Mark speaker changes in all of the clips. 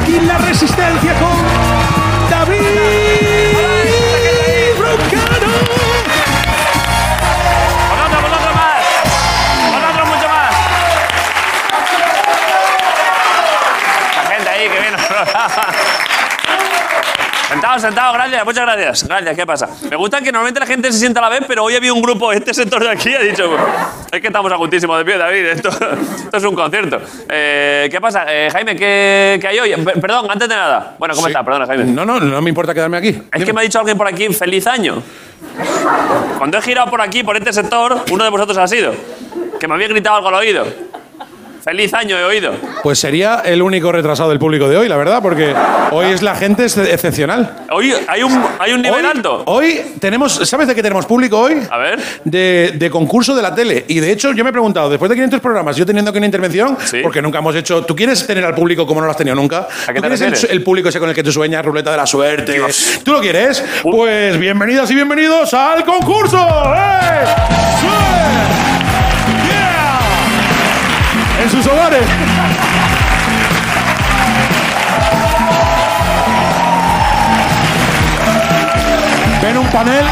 Speaker 1: aquí en la resistencia con David Broncano.
Speaker 2: Por otro, por otro más. Por otro mucho más. La gente ahí que viene al programa. Sentado, sentado, gracias, muchas gracias. Gracias, ¿qué pasa? Me gusta que normalmente la gente se sienta a la vez, pero hoy había un grupo, este sector de aquí, ha dicho, es que estamos aguntísimos de pie, David, esto, esto es un concierto. Eh, ¿Qué pasa? Eh, Jaime, ¿qué, qué hay hoy? P- perdón, antes de nada. Bueno, ¿cómo
Speaker 3: Sí.
Speaker 2: estás? Perdona, Jaime.
Speaker 3: No, no, no me importa quedarme aquí.
Speaker 2: Es que me ha dicho alguien por aquí, feliz año. Cuando he girado por aquí, por este sector, uno de vosotros ha sido. Que me había gritado algo al oído. Feliz año he oído.
Speaker 3: Pues sería el único retrasado del público de hoy, la verdad, porque hoy es la gente ex- excepcional.
Speaker 2: Hoy hay un, hay un nivel
Speaker 3: hoy,
Speaker 2: alto.
Speaker 3: Hoy tenemos, ¿sabes de qué tenemos público hoy?
Speaker 2: A ver.
Speaker 3: De, de concurso de la tele. Y de hecho, yo me he preguntado, después de 500 programas, yo teniendo aquí una intervención,
Speaker 2: Sí.
Speaker 3: porque nunca hemos hecho. ¿Tú quieres tener al público como no lo has tenido nunca?
Speaker 2: te
Speaker 3: ¿Tú quieres el-
Speaker 2: refieres?
Speaker 3: El, público ese con el que tú sueñas, ruleta de la suerte?
Speaker 2: Dios.
Speaker 3: ¿Tú lo quieres? Pues bienvenidas y bienvenidos al concurso. ¡Eh! ¡Sí! ¡Yeah! En sus hogares. Ven un panel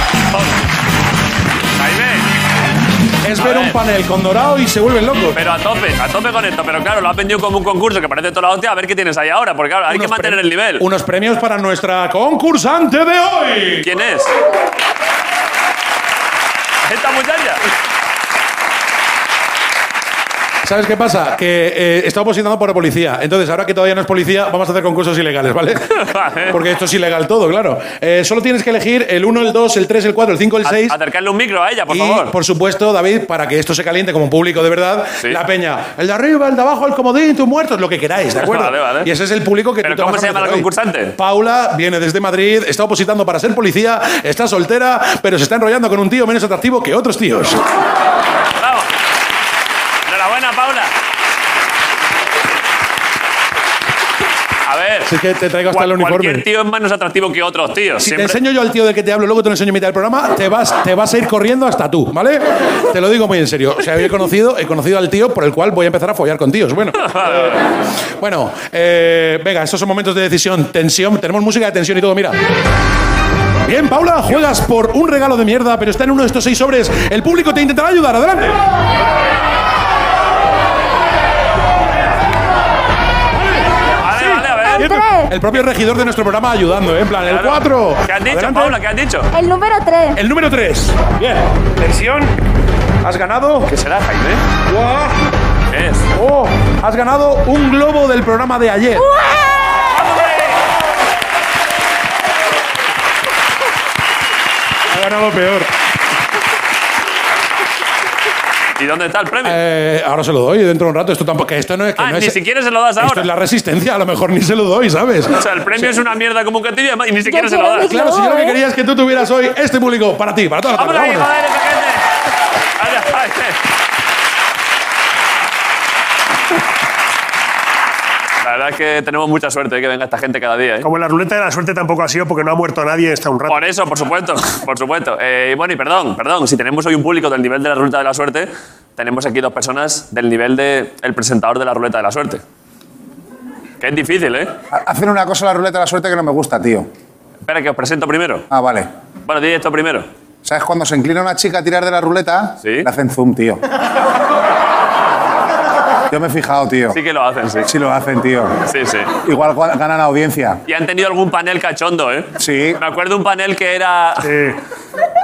Speaker 2: Jaime,
Speaker 3: es
Speaker 2: A
Speaker 3: ver
Speaker 2: ver.
Speaker 3: un panel con dorado y se vuelven locos.
Speaker 2: pero a tope, a tope con esto. Pero claro, lo has vendido como un concurso que parece toda la hostia. A ver qué tienes ahí ahora, porque claro, hay que
Speaker 3: Unos
Speaker 2: mantener
Speaker 3: pre-
Speaker 2: el nivel.
Speaker 3: Unos premios para nuestra concursante de hoy.
Speaker 2: ¿Quién es? Esta muchacha.
Speaker 3: ¿Sabes qué pasa? Que eh, está opositando por la policía. Entonces, ahora que todavía no es policía, vamos a hacer concursos ilegales, ¿vale?
Speaker 2: Vale.
Speaker 3: Porque esto es ilegal todo, claro. Eh, solo tienes que elegir el 1, el 2, el 3, el 4, el 5, el 6.
Speaker 2: A- Acercarle un micro a ella, por
Speaker 3: y,
Speaker 2: favor.
Speaker 3: por supuesto, David, para que esto se caliente como público de verdad,
Speaker 2: Sí.
Speaker 3: la peña, el de arriba, el de abajo, el comodín, tus muertos, lo que queráis, ¿de acuerdo?
Speaker 2: Vale, vale.
Speaker 3: Y ese es el público que
Speaker 2: ¿Pero
Speaker 3: tú te
Speaker 2: cómo
Speaker 3: vas a
Speaker 2: se llama la
Speaker 3: meter hoy.
Speaker 2: concursante?
Speaker 3: Paula viene desde Madrid, está opositando para ser policía, está soltera, pero se está enrollando con un tío menos atractivo que otros tíos.
Speaker 2: Bravo. Enhorabuena, Paula. A ver.
Speaker 3: Así que te traigo hasta el
Speaker 2: cual-
Speaker 3: uniforme.
Speaker 2: Cualquier tío es menos atractivo que otros tíos.
Speaker 3: Si
Speaker 2: Siempre-
Speaker 3: te enseño yo al tío del que te hablo, luego te lo enseño en mitad del programa, te vas, te vas a ir corriendo hasta tú, ¿vale? Te lo digo muy en serio. O sea, yo he conocido, he conocido al tío por el cual voy a empezar a follar con tíos. Bueno, eh, bueno eh, venga, estos son momentos de decisión, tensión, tenemos música de tensión y todo, mira. Bien, Paula, juegas por un regalo de mierda, pero está en uno de estos seis sobres. El público te intentará ayudar, adelante.
Speaker 2: Vale, vale, a ver.
Speaker 3: El propio regidor de nuestro programa ayudando, ¿eh? en plan, el
Speaker 2: Claro.
Speaker 3: 4.
Speaker 2: ¿Qué has dicho, Paula? ¿Qué has dicho?
Speaker 4: El número 3.
Speaker 3: El número 3. Bien. Tensión. Has ganado.
Speaker 2: ¿Qué será, Jaime? ¿Qué es?
Speaker 3: Oh, has ganado un globo del programa de ayer. Ha ganado peor.
Speaker 2: ¿Y dónde está el premio?
Speaker 3: Eh, ahora se lo doy dentro de un rato. Esto tampoco. que esto no es que
Speaker 2: ah,
Speaker 3: no
Speaker 2: ni
Speaker 3: es-
Speaker 2: siquiera se lo das
Speaker 3: Esto
Speaker 2: ahora.
Speaker 3: es la resistencia. A lo mejor ni se lo doy, ¿sabes?
Speaker 2: O sea, el premio es una mierda como un castillo y además- y ni siquiera se lo
Speaker 4: quiero
Speaker 2: das.
Speaker 4: mi
Speaker 3: Claro, si yo lo que
Speaker 4: No, ¿eh?
Speaker 3: quería es que tú tuvieras hoy este público para ti, para toda la
Speaker 2: ¡Vamos
Speaker 3: tarde.
Speaker 2: ahí,
Speaker 3: vámonos.
Speaker 2: joder, esa gente! Vaya, vaya. La verdad es que tenemos mucha suerte de que venga esta gente cada día, ¿eh?
Speaker 5: Como en la ruleta de la suerte tampoco ha sido porque no ha muerto nadie hasta un rato.
Speaker 2: Por eso, por supuesto, por supuesto. Eh, y bueno, y perdón, perdón, si tenemos hoy un público del nivel de la ruleta de la suerte, tenemos aquí dos personas del nivel del el presentador de la ruleta de la suerte. Que es difícil, ¿eh?
Speaker 6: Hacen una cosa la ruleta de la suerte que no me gusta, tío.
Speaker 2: Espera, que os presento primero.
Speaker 6: Ah, vale.
Speaker 2: Bueno, di esto primero.
Speaker 6: ¿Sabes cuando se inclina una chica a tirar de la ruleta?
Speaker 2: Sí.
Speaker 6: Le hacen zoom, tío. Yo me he fijado, tío.
Speaker 2: Sí que lo hacen, sí.
Speaker 6: Sí lo hacen, tío.
Speaker 2: Sí, sí.
Speaker 6: Igual gua- ganan audiencia.
Speaker 2: Y han tenido algún panel cachondo, ¿eh?
Speaker 6: Sí.
Speaker 2: Me acuerdo un panel que era...
Speaker 5: Eh,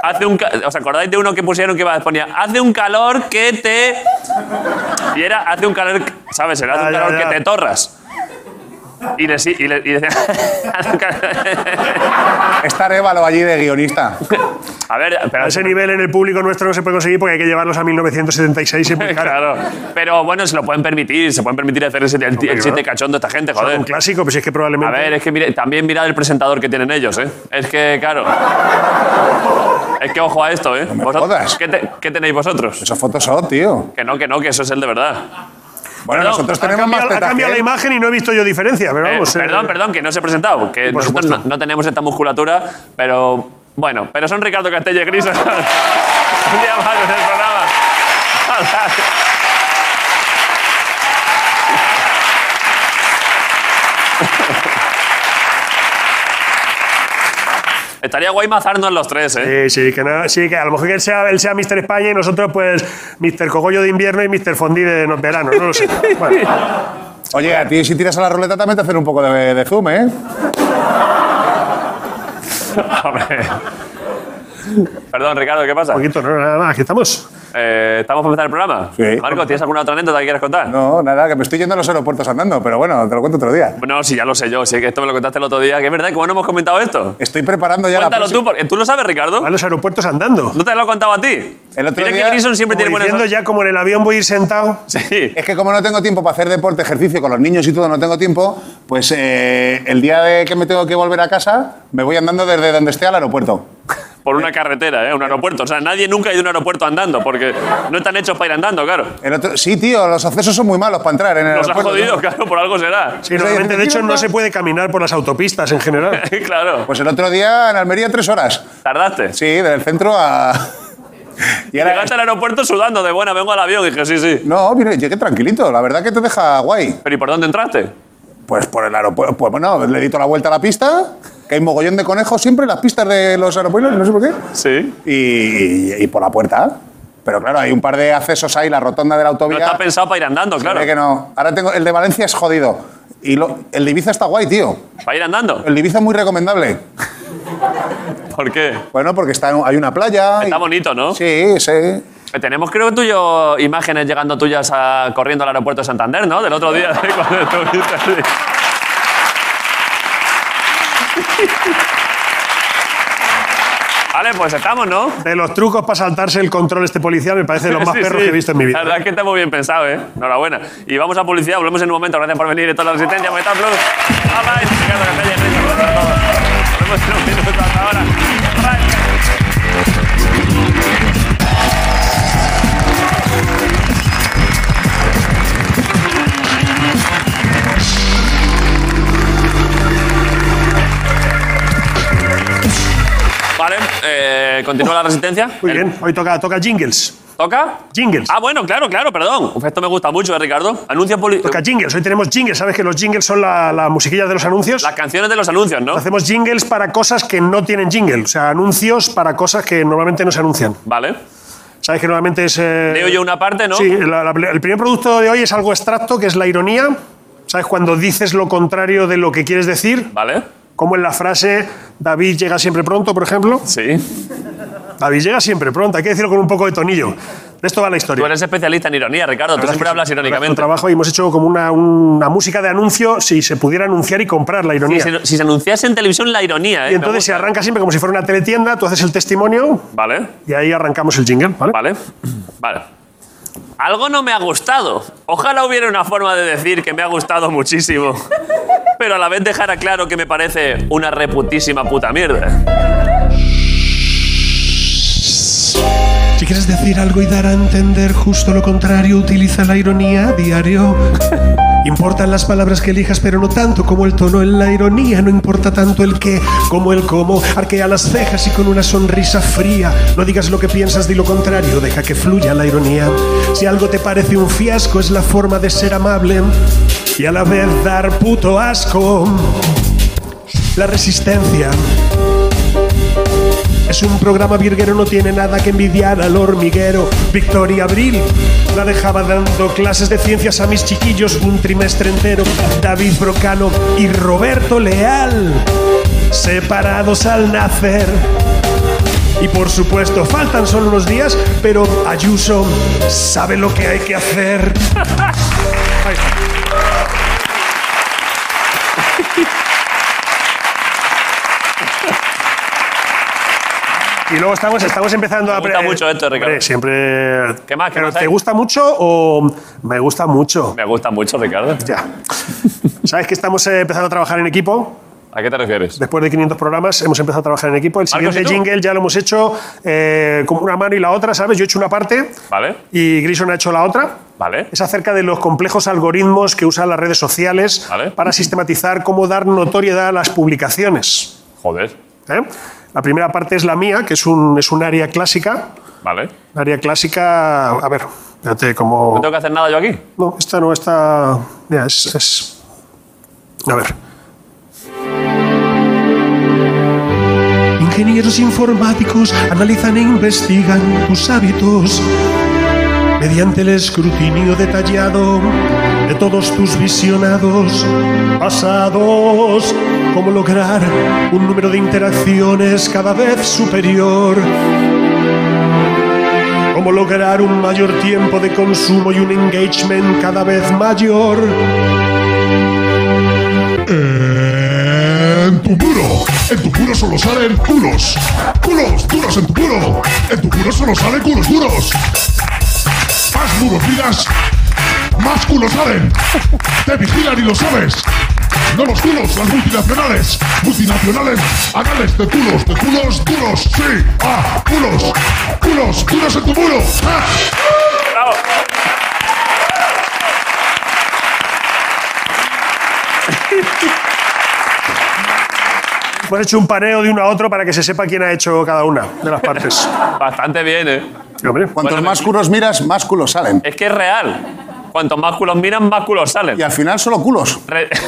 Speaker 2: Hace un ca- ¿Os acordáis de uno que pusieron que iba, ponía, hace un calor que te. Y era, hace un calor, que- ¿sabes? Era, hace
Speaker 5: Ya,
Speaker 2: un
Speaker 5: ya,
Speaker 2: calor
Speaker 5: ya.
Speaker 2: que te torras. Y, le, si- y, le- y decía, "Hace un calor".
Speaker 6: Está Révalo allí de guionista.
Speaker 2: A ver, pero.
Speaker 5: a ese nivel en el público nuestro no se puede conseguir porque hay que llevarlos a 1976 y muy caro.
Speaker 2: Claro. Pero bueno, se lo pueden permitir, se pueden permitir hacer ese, el, el chiste cachondo a esta gente,
Speaker 5: Son
Speaker 2: joder.
Speaker 5: un clásico, pero si es que
Speaker 2: A
Speaker 5: probablemente...
Speaker 2: ver, es que mire- también mirad el presentador que tienen ellos, ¿eh? Es que, claro. Es que ojo a esto, ¿eh?
Speaker 6: me
Speaker 2: Vosotros-
Speaker 6: jodas.
Speaker 2: ¿qué, te- qué tenéis vosotros?
Speaker 6: Esos fotos son, tío.
Speaker 2: Que no, que no, que eso es el de verdad.
Speaker 6: Bueno,
Speaker 2: Perdón,
Speaker 6: nosotros
Speaker 5: ha
Speaker 6: tenemos más
Speaker 5: cambiado, ha
Speaker 6: tetas
Speaker 5: cambiado
Speaker 6: que
Speaker 5: la
Speaker 6: él.
Speaker 5: imagen y no he visto yo diferencia, pero
Speaker 2: Eh,
Speaker 5: vamos... eh,
Speaker 2: perdón, perdón, que no os he presentado, que
Speaker 5: Por
Speaker 2: nosotros no,
Speaker 5: supuesto.
Speaker 2: no tenemos esta musculatura, pero bueno, pero son Ricardo Castella y Gris. Un día más ¿eh? en el programa. Estaría guay mazarnos los tres,
Speaker 5: Sí,
Speaker 2: ¿eh?
Speaker 5: sí, que no- sí, que a lo mejor que él sea, él sea Mr. España y nosotros, pues, Mr. Cogollo de invierno y Mr. Fondi de no- verano, no lo sé. Bueno,
Speaker 6: Oye, a ti si tiras a la ruleta también te hacen un poco de, de zoom, ¿eh?
Speaker 2: Perdón, Ricardo, ¿qué pasa?
Speaker 5: un poquito, no, nada más, aquí estamos.
Speaker 2: Eh, ¿Estamos para empezar el programa?
Speaker 6: Sí.
Speaker 2: Marco, ¿tienes alguna otra anécdota que quieras contar?
Speaker 6: No, nada, que me estoy yendo a los aeropuertos andando, pero bueno, te lo cuento otro día.
Speaker 2: No, sí, ya lo sé yo. Sí, que esto me lo contaste el otro día. Que es verdad, ¿cómo no hemos comentado esto?
Speaker 6: Estoy preparando ya
Speaker 2: Cuéntalo
Speaker 6: la
Speaker 2: tú, porque tú lo sabes, Ricardo.
Speaker 5: A los aeropuertos andando.
Speaker 2: ¿No te lo he contado a ti?
Speaker 6: El otro
Speaker 2: Mira
Speaker 6: día,
Speaker 2: que Grison siempre
Speaker 5: Como
Speaker 2: tiene buenas...
Speaker 5: diciendo ya como en el avión voy a ir sentado.
Speaker 2: Sí.
Speaker 6: Es que como no tengo tiempo para hacer deporte, ejercicio con los niños y todo, no tengo tiempo, pues eh, el día de que me tengo que volver a casa, me voy andando desde donde esté al aeropuerto.
Speaker 2: Por una carretera, ¿eh? Un aeropuerto. O sea, nadie nunca ha ido a un aeropuerto andando, porque no están hechos para ir andando, claro.
Speaker 5: Eh,
Speaker 6: El otro- sí, tío, los accesos son muy malos para entrar en el
Speaker 2: Nos ha
Speaker 6: aeropuerto.
Speaker 2: jodido,
Speaker 6: ¿no?
Speaker 2: claro, por algo será.
Speaker 5: Sí, normalmente, de hecho, no
Speaker 6: ¿no?
Speaker 5: se puede caminar por las autopistas en general.
Speaker 2: claro,
Speaker 6: Pues el otro día en Almería tres horas.
Speaker 2: tardaste.
Speaker 6: Sí, del centro a... Y ahora...
Speaker 2: Llegaste al aeropuerto sudando de buena, vengo al avión. Y dije, sí, sí.
Speaker 6: No, mire, llegué tranquilito, la verdad que te deja guay.
Speaker 2: ¿Pero y por dónde entraste?
Speaker 6: Pues por el aeropuerto, pues bueno, le di toda la vuelta a la pista, que hay mogollón de conejos siempre en las pistas de los aeropuertos, no sé por qué.
Speaker 2: Sí.
Speaker 6: Y, y- y por la puerta. Pero claro, hay un par de accesos ahí, la rotonda de la
Speaker 2: No
Speaker 6: autovía.
Speaker 2: está pensado para ir andando, claro.
Speaker 6: Hombre, que no. Ahora tengo. El de Valencia es jodido. Y lo- el de Ibiza está guay, tío.
Speaker 2: Para ir andando.
Speaker 6: El de Ibiza es muy recomendable.
Speaker 2: ¿Por qué?
Speaker 6: Bueno, porque está, en- hay una playa. y-
Speaker 2: Está bonito, ¿no?
Speaker 6: Sí, sí.
Speaker 2: Eh, Tenemos, creo, tuyo imágenes llegando tuyas a- corriendo al aeropuerto de Santander, ¿no? Del otro día. de cuando estuviste allí. Vale, pues estamos, ¿no?
Speaker 5: De los trucos para saltarse el control este policial me parece de los más
Speaker 2: Sí,
Speaker 5: perros
Speaker 2: sí.
Speaker 5: que he visto en mi vida.
Speaker 2: La verdad es que está muy bien pensado, ¿eh? Enhorabuena. Y vamos a publicidad, volvemos en un momento. Gracias por venir y toda la resistencia. Movistar Plus. Bye, bye. Ricardo Castella, Enrique Rojas, a todos. Volvemos en un minuto hasta ahora. Bye. Vale, eh, continúa la resistencia.
Speaker 5: Muy
Speaker 2: El-
Speaker 5: bien, hoy toca, toca jingles.
Speaker 2: ¿Toca?
Speaker 5: Jingles.
Speaker 2: Ah, bueno, claro, claro, perdón. Uf, Esto me gusta mucho, ¿eh, Ricardo? Anuncia poli-
Speaker 5: Toca jingles, hoy tenemos jingles. ¿Sabes que los jingles son la- las musiquillas de los anuncios?
Speaker 2: las canciones de los anuncios, ¿no?
Speaker 5: Hacemos jingles para cosas que no tienen jingle, o sea, anuncios para cosas que normalmente no se anuncian.
Speaker 2: Vale.
Speaker 5: ¿Sabes que normalmente es... eh,
Speaker 2: Leo yo una parte, ¿no?
Speaker 5: Sí, la- la- el primer producto de hoy es algo abstracto, que es la ironía. ¿Sabes? Cuando dices lo contrario de lo que quieres decir,
Speaker 2: Vale.
Speaker 5: como en la frase David llega siempre pronto, por ejemplo.
Speaker 2: Sí.
Speaker 5: David llega siempre pronto, hay que decirlo con un poco de tonillo. De esto va la historia.
Speaker 2: Tú eres especialista en ironía, Ricardo. Tú
Speaker 5: verdad
Speaker 2: siempre
Speaker 5: que
Speaker 2: hablas
Speaker 5: sí, nuestro
Speaker 2: irónicamente.
Speaker 5: trabajo y hemos hecho como una, una música de anuncio si se pudiera anunciar y comprar la
Speaker 2: Si
Speaker 5: ironía.
Speaker 2: se, si se anunciase en televisión la ironía, ¿eh?
Speaker 5: y
Speaker 2: Me
Speaker 5: entonces se
Speaker 2: gusta.
Speaker 5: arranca siempre como si fuera una teletienda, tú haces el testimonio
Speaker 2: Vale,
Speaker 5: y ahí arrancamos el jingle, ¿vale?
Speaker 2: vale, vale. Algo no me ha gustado. Ojalá hubiera una forma de decir que me ha gustado muchísimo. Pero a la vez dejara claro que me parece una reputísima puta mierda.
Speaker 4: Si quieres decir algo y dar a entender justo lo contrario, utiliza la ironía a diario. Importan las palabras que elijas, pero no tanto como el tono en la ironía. No importa tanto el qué como el cómo. Arquea las cejas y con una sonrisa fría. No digas lo que piensas, di lo contrario. Deja que fluya la ironía. Si algo te parece un fiasco, es la forma de ser amable y a la vez dar puto asco. La resistencia. Es un programa virguero, no tiene nada que envidiar al hormiguero. Victoria Abril la dejaba dando clases de ciencias a mis chiquillos un trimestre entero. David Brocano y Roberto Leal, separados al nacer. Y por supuesto, faltan solo unos días, pero Ayuso sabe lo que hay que hacer.
Speaker 5: Y luego estamos, estamos empezando a...
Speaker 2: Me gusta mucho esto, Ricardo.
Speaker 5: Hombre, siempre...
Speaker 2: ¿Qué más? ¿Qué
Speaker 5: Pero
Speaker 2: más hay?
Speaker 5: ¿Te gusta mucho o me gusta mucho?
Speaker 2: Me gusta mucho, Ricardo.
Speaker 5: Ya. ¿Sabes que estamos eh, empezando a trabajar en equipo?
Speaker 2: ¿A qué te refieres?
Speaker 5: Después de 500 programas hemos empezado a trabajar en equipo. El
Speaker 2: Marcos,
Speaker 5: siguiente
Speaker 2: ¿y tú?
Speaker 5: jingle ya lo hemos hecho eh, como una mano y la otra, ¿sabes? Yo he hecho una parte
Speaker 2: Vale,
Speaker 5: y Grison ha hecho la otra.
Speaker 2: vale.
Speaker 5: Es acerca de los complejos algoritmos que usan las redes sociales
Speaker 2: Vale.
Speaker 5: para sistematizar cómo dar notoriedad a las publicaciones.
Speaker 2: Joder.
Speaker 5: ¿eh? La primera parte es la mía, que es un, es un área clásica.
Speaker 2: Vale.
Speaker 5: Un área clásica, a ver, fíjate
Speaker 2: ¿No
Speaker 5: como...
Speaker 2: tengo que hacer nada yo aquí?
Speaker 5: No, esta no, esta... Mira, es, es... A ver.
Speaker 4: Ingenieros informáticos analizan e investigan tus hábitos mediante el escrutinio detallado de todos tus visionados pasados. Cómo lograr un número de interacciones cada vez superior. Cómo lograr un mayor tiempo de consumo y un engagement cada vez mayor.
Speaker 7: En tu puro, en tu puro solo salen culos, culos duros en tu puro, en tu puro solo salen culos duros. Más duros miras, más culos salen. Te vigilan y lo sabes. No los culos, las multinacionales, multinacionales, anales de culos, de culos duros, sí, ah, culos, culos duros en tu muro. Ah.
Speaker 2: Bravo.
Speaker 5: Hemos hecho un paneo de uno a otro para que se sepa quién ha hecho cada una de las partes.
Speaker 2: Bastante bien, ¿eh?
Speaker 5: Sí, hombre.
Speaker 6: Cuantos
Speaker 2: Bueno,
Speaker 6: más culos miras, más culos salen.
Speaker 2: Es que es real. Cuantos más culos miran, más culos salen.
Speaker 6: Y al final solo culos.
Speaker 2: Re-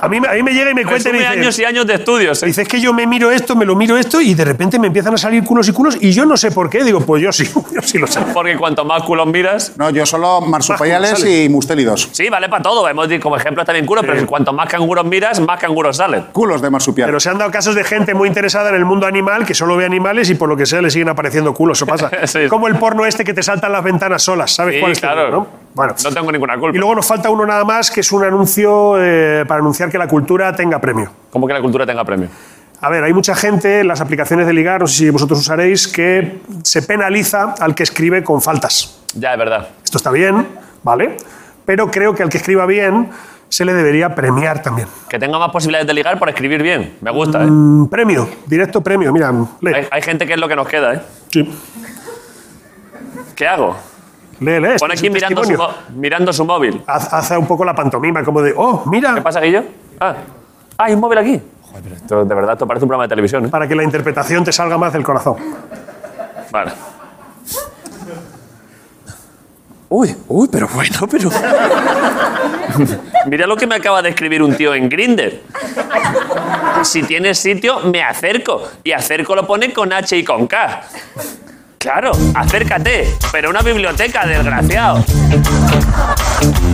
Speaker 5: A mí, a mí me llega y me cuenta y me
Speaker 2: Resume
Speaker 5: dice,
Speaker 2: años y años de estudios. ¿eh?
Speaker 5: Dices que yo me miro esto, me lo miro esto y de repente me empiezan a salir culos y culos y yo no sé por qué. Digo, pues yo sí, yo sí lo sé.
Speaker 2: Porque cuanto más culos miras.
Speaker 6: No, yo solo
Speaker 5: Más
Speaker 6: marsupiales
Speaker 5: culos
Speaker 6: y mustélidos.
Speaker 2: Sí, vale para todo. Hemos dicho como ejemplo también culos, pero cuanto más canguros miras, más canguros salen.
Speaker 6: Culos de marsupial.
Speaker 5: Pero se han dado casos de gente muy interesada en el mundo animal que solo ve animales y por lo que sea le siguen apareciendo culos. Eso pasa.
Speaker 2: Sí.
Speaker 5: Como el porno este que te saltan las ventanas solas. ¿Sabes
Speaker 2: Sí,
Speaker 5: cuál es?
Speaker 2: claro.
Speaker 5: ¿no? Bueno.
Speaker 2: No tengo ninguna
Speaker 5: Y
Speaker 2: culpa.
Speaker 5: luego nos falta uno nada más que es un anuncio eh, para anunciar que la cultura tenga premio.
Speaker 2: Como que la cultura tenga premio.
Speaker 5: A ver, hay mucha gente, las aplicaciones de ligar, no sé si vosotros usaréis, que se penaliza al que escribe con faltas.
Speaker 2: Ya, es verdad.
Speaker 5: Esto está bien, ¿vale? Pero creo que al que escriba bien se le debería premiar también.
Speaker 2: Que tenga más posibilidades de ligar por escribir bien. Me gusta, ¿eh?
Speaker 5: Mm, premio, directo premio, mira, lee,
Speaker 2: Hay, hay gente que es lo que nos queda, ¿eh?
Speaker 5: Sí.
Speaker 2: ¿Qué hago?
Speaker 5: lee, lee.
Speaker 2: Pone
Speaker 5: este
Speaker 2: aquí
Speaker 5: es un
Speaker 2: mirando su,
Speaker 5: testimonio.
Speaker 2: mo- mirando su móvil.
Speaker 5: Haz, haz un poco la pantomima, como de, oh,
Speaker 2: ¿Qué
Speaker 5: mira,
Speaker 2: pasa, Guillo? Ah, Ah, hay un móvil aquí. Joder, pero esto, de verdad, esto parece un programa de televisión, ¿eh?
Speaker 5: para que la interpretación te salga más del corazón.
Speaker 2: Vale. Uy, uy, pero bueno, pero. Mira lo que me acaba de escribir un tío en Grinder. Si tienes sitio, me acerco. Y acerco lo pone con H y con K. Claro, acércate, pero una biblioteca, desgraciado.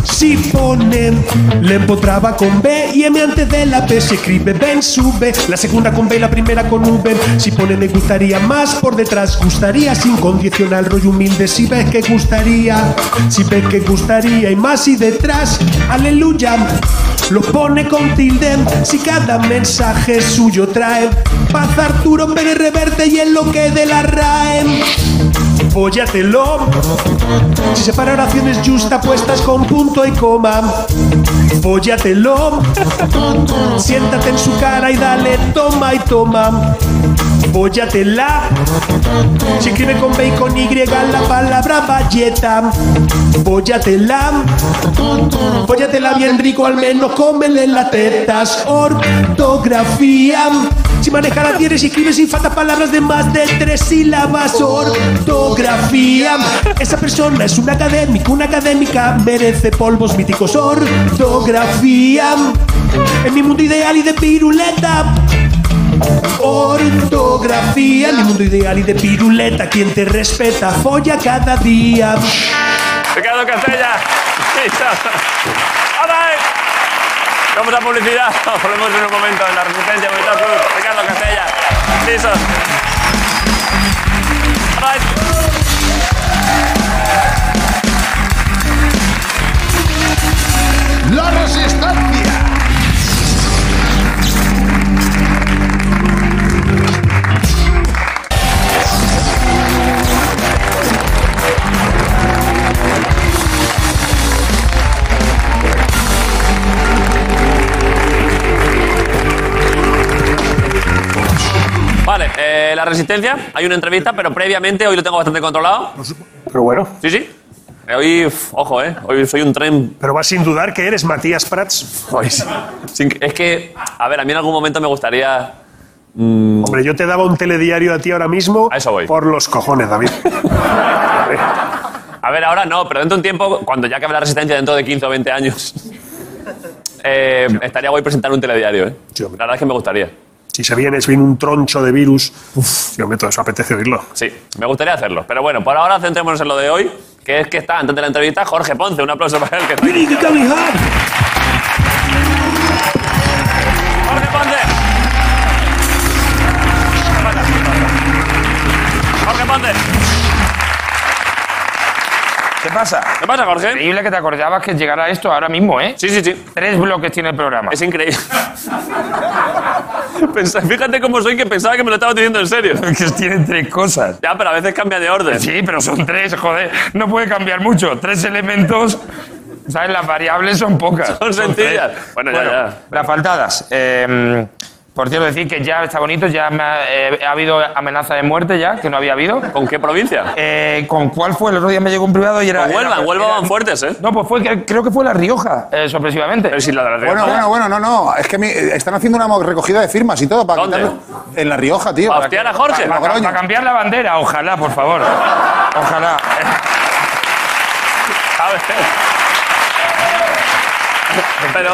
Speaker 4: Si ponen la empotraba con B y M antes de la P se escribe ven, sube. La segunda con B y la primera con V. Si ponen me gustaría más por detrás, gustaría sin condicional rollo humilde. Si ves que gustaría, si ves que gustaría y más y detrás, aleluya. Lo pone con tilde, si cada mensaje suyo trae paz Arturo Pérez Reverte y en lo que de la RAE. Póyatelo, si separa oraciones justa puestas con punto y coma, póyatelo. Siéntate en su cara y dale toma y toma. Póyatela. Si escribe con B y con Y la palabra valleta. Póyatela. Póyatela bien rico, al menos cómele las tetas. Ortografía. Si maneja las tienes y escribe sin falta palabras de más de tres sílabas. Ortografía. Esa persona es un académico, una académica. Merece polvos míticos. Ortografía. En mi mundo ideal y de piruleta. Ortografía. En mi mundo ideal y de piruleta. Quien te respeta, folla cada día.
Speaker 2: Ricardo Castella. ¡Hola! eh! Vamos a publicidad. Volvemos en un momento en la resistencia. Movistar Plus. Ricardo Castella. Listo. Hola, eh.
Speaker 7: La resistencia.
Speaker 2: Vale, eh, la resistencia. Hay una entrevista, pero previamente hoy lo tengo bastante controlado.
Speaker 5: Pero bueno,
Speaker 2: Sí, sí. Eh, Hoy, uf, ojo, ¿eh? Hoy soy un tren.
Speaker 5: pero vas sin dudar que eres Matías Prats.
Speaker 2: Hoy sí. Sin que- es que, a ver, a mí en algún momento me gustaría.
Speaker 5: Hombre, yo te daba un telediario a ti ahora mismo
Speaker 2: Mm. A eso voy.
Speaker 5: por los cojones, David.
Speaker 2: A ver, ahora no, pero dentro de un tiempo, cuando ya acabe la resistencia, dentro de 15 o 20 años, eh, estaría guay presentar un telediario, ¿eh?
Speaker 5: Sí, hombre.
Speaker 2: La verdad es que me gustaría.
Speaker 5: Si se viene, se viene un troncho de virus. Uf, yo meto eso, apetece oírlo.
Speaker 2: Sí, me gustaría hacerlo. Pero bueno, por ahora centrémonos en lo de hoy, que es que está antes de la entrevista Jorge Ponce. Un aplauso para él que está aquí. Jorge Ponce. Jorge Ponce.
Speaker 8: ¿Qué pasa?
Speaker 2: ¿Qué pasa, Jorge?
Speaker 8: Increíble que te acordabas que llegara esto ahora mismo, ¿eh?
Speaker 2: Sí, sí, sí.
Speaker 8: Tres bloques tiene el programa.
Speaker 2: Es increíble. Pensa- fíjate cómo soy que pensaba que me lo estaba diciendo en serio.
Speaker 8: que tiene tres cosas.
Speaker 2: Ya, pero a veces cambia de orden.
Speaker 8: Sí, pero son tres, joder. No puede cambiar mucho. Tres elementos. ¿Sabes? Las variables son pocas.
Speaker 2: Son sencillas.
Speaker 8: tres.
Speaker 2: Bueno, ya, ya.
Speaker 8: Las faltadas. Eh, por cierto, decir que ya está bonito, ya me ha, eh, ha habido amenaza de muerte ya, que no había habido.
Speaker 2: ¿Con qué provincia?
Speaker 8: Eh, ¿Con cuál fue? El otro día me llegó un privado y era...
Speaker 2: Con Huelva,
Speaker 8: era-
Speaker 2: en Huelva
Speaker 8: era-
Speaker 2: van fuertes, ¿eh?
Speaker 8: No, pues fue, cre- creo que fue La Rioja, eh, sorpresivamente.
Speaker 2: Pero si la de la
Speaker 6: Bueno, bueno, bueno, no, no. Es que mi- están haciendo una mo- recogida de firmas y todo para
Speaker 2: ¿Dónde?
Speaker 6: quitarlo. En La Rioja, tío.
Speaker 2: ¿Para hostiar a Jorge?
Speaker 8: Para,
Speaker 6: Logroño.
Speaker 8: cambiar la bandera, ojalá, por favor. Ojalá.
Speaker 2: A ver. Pero,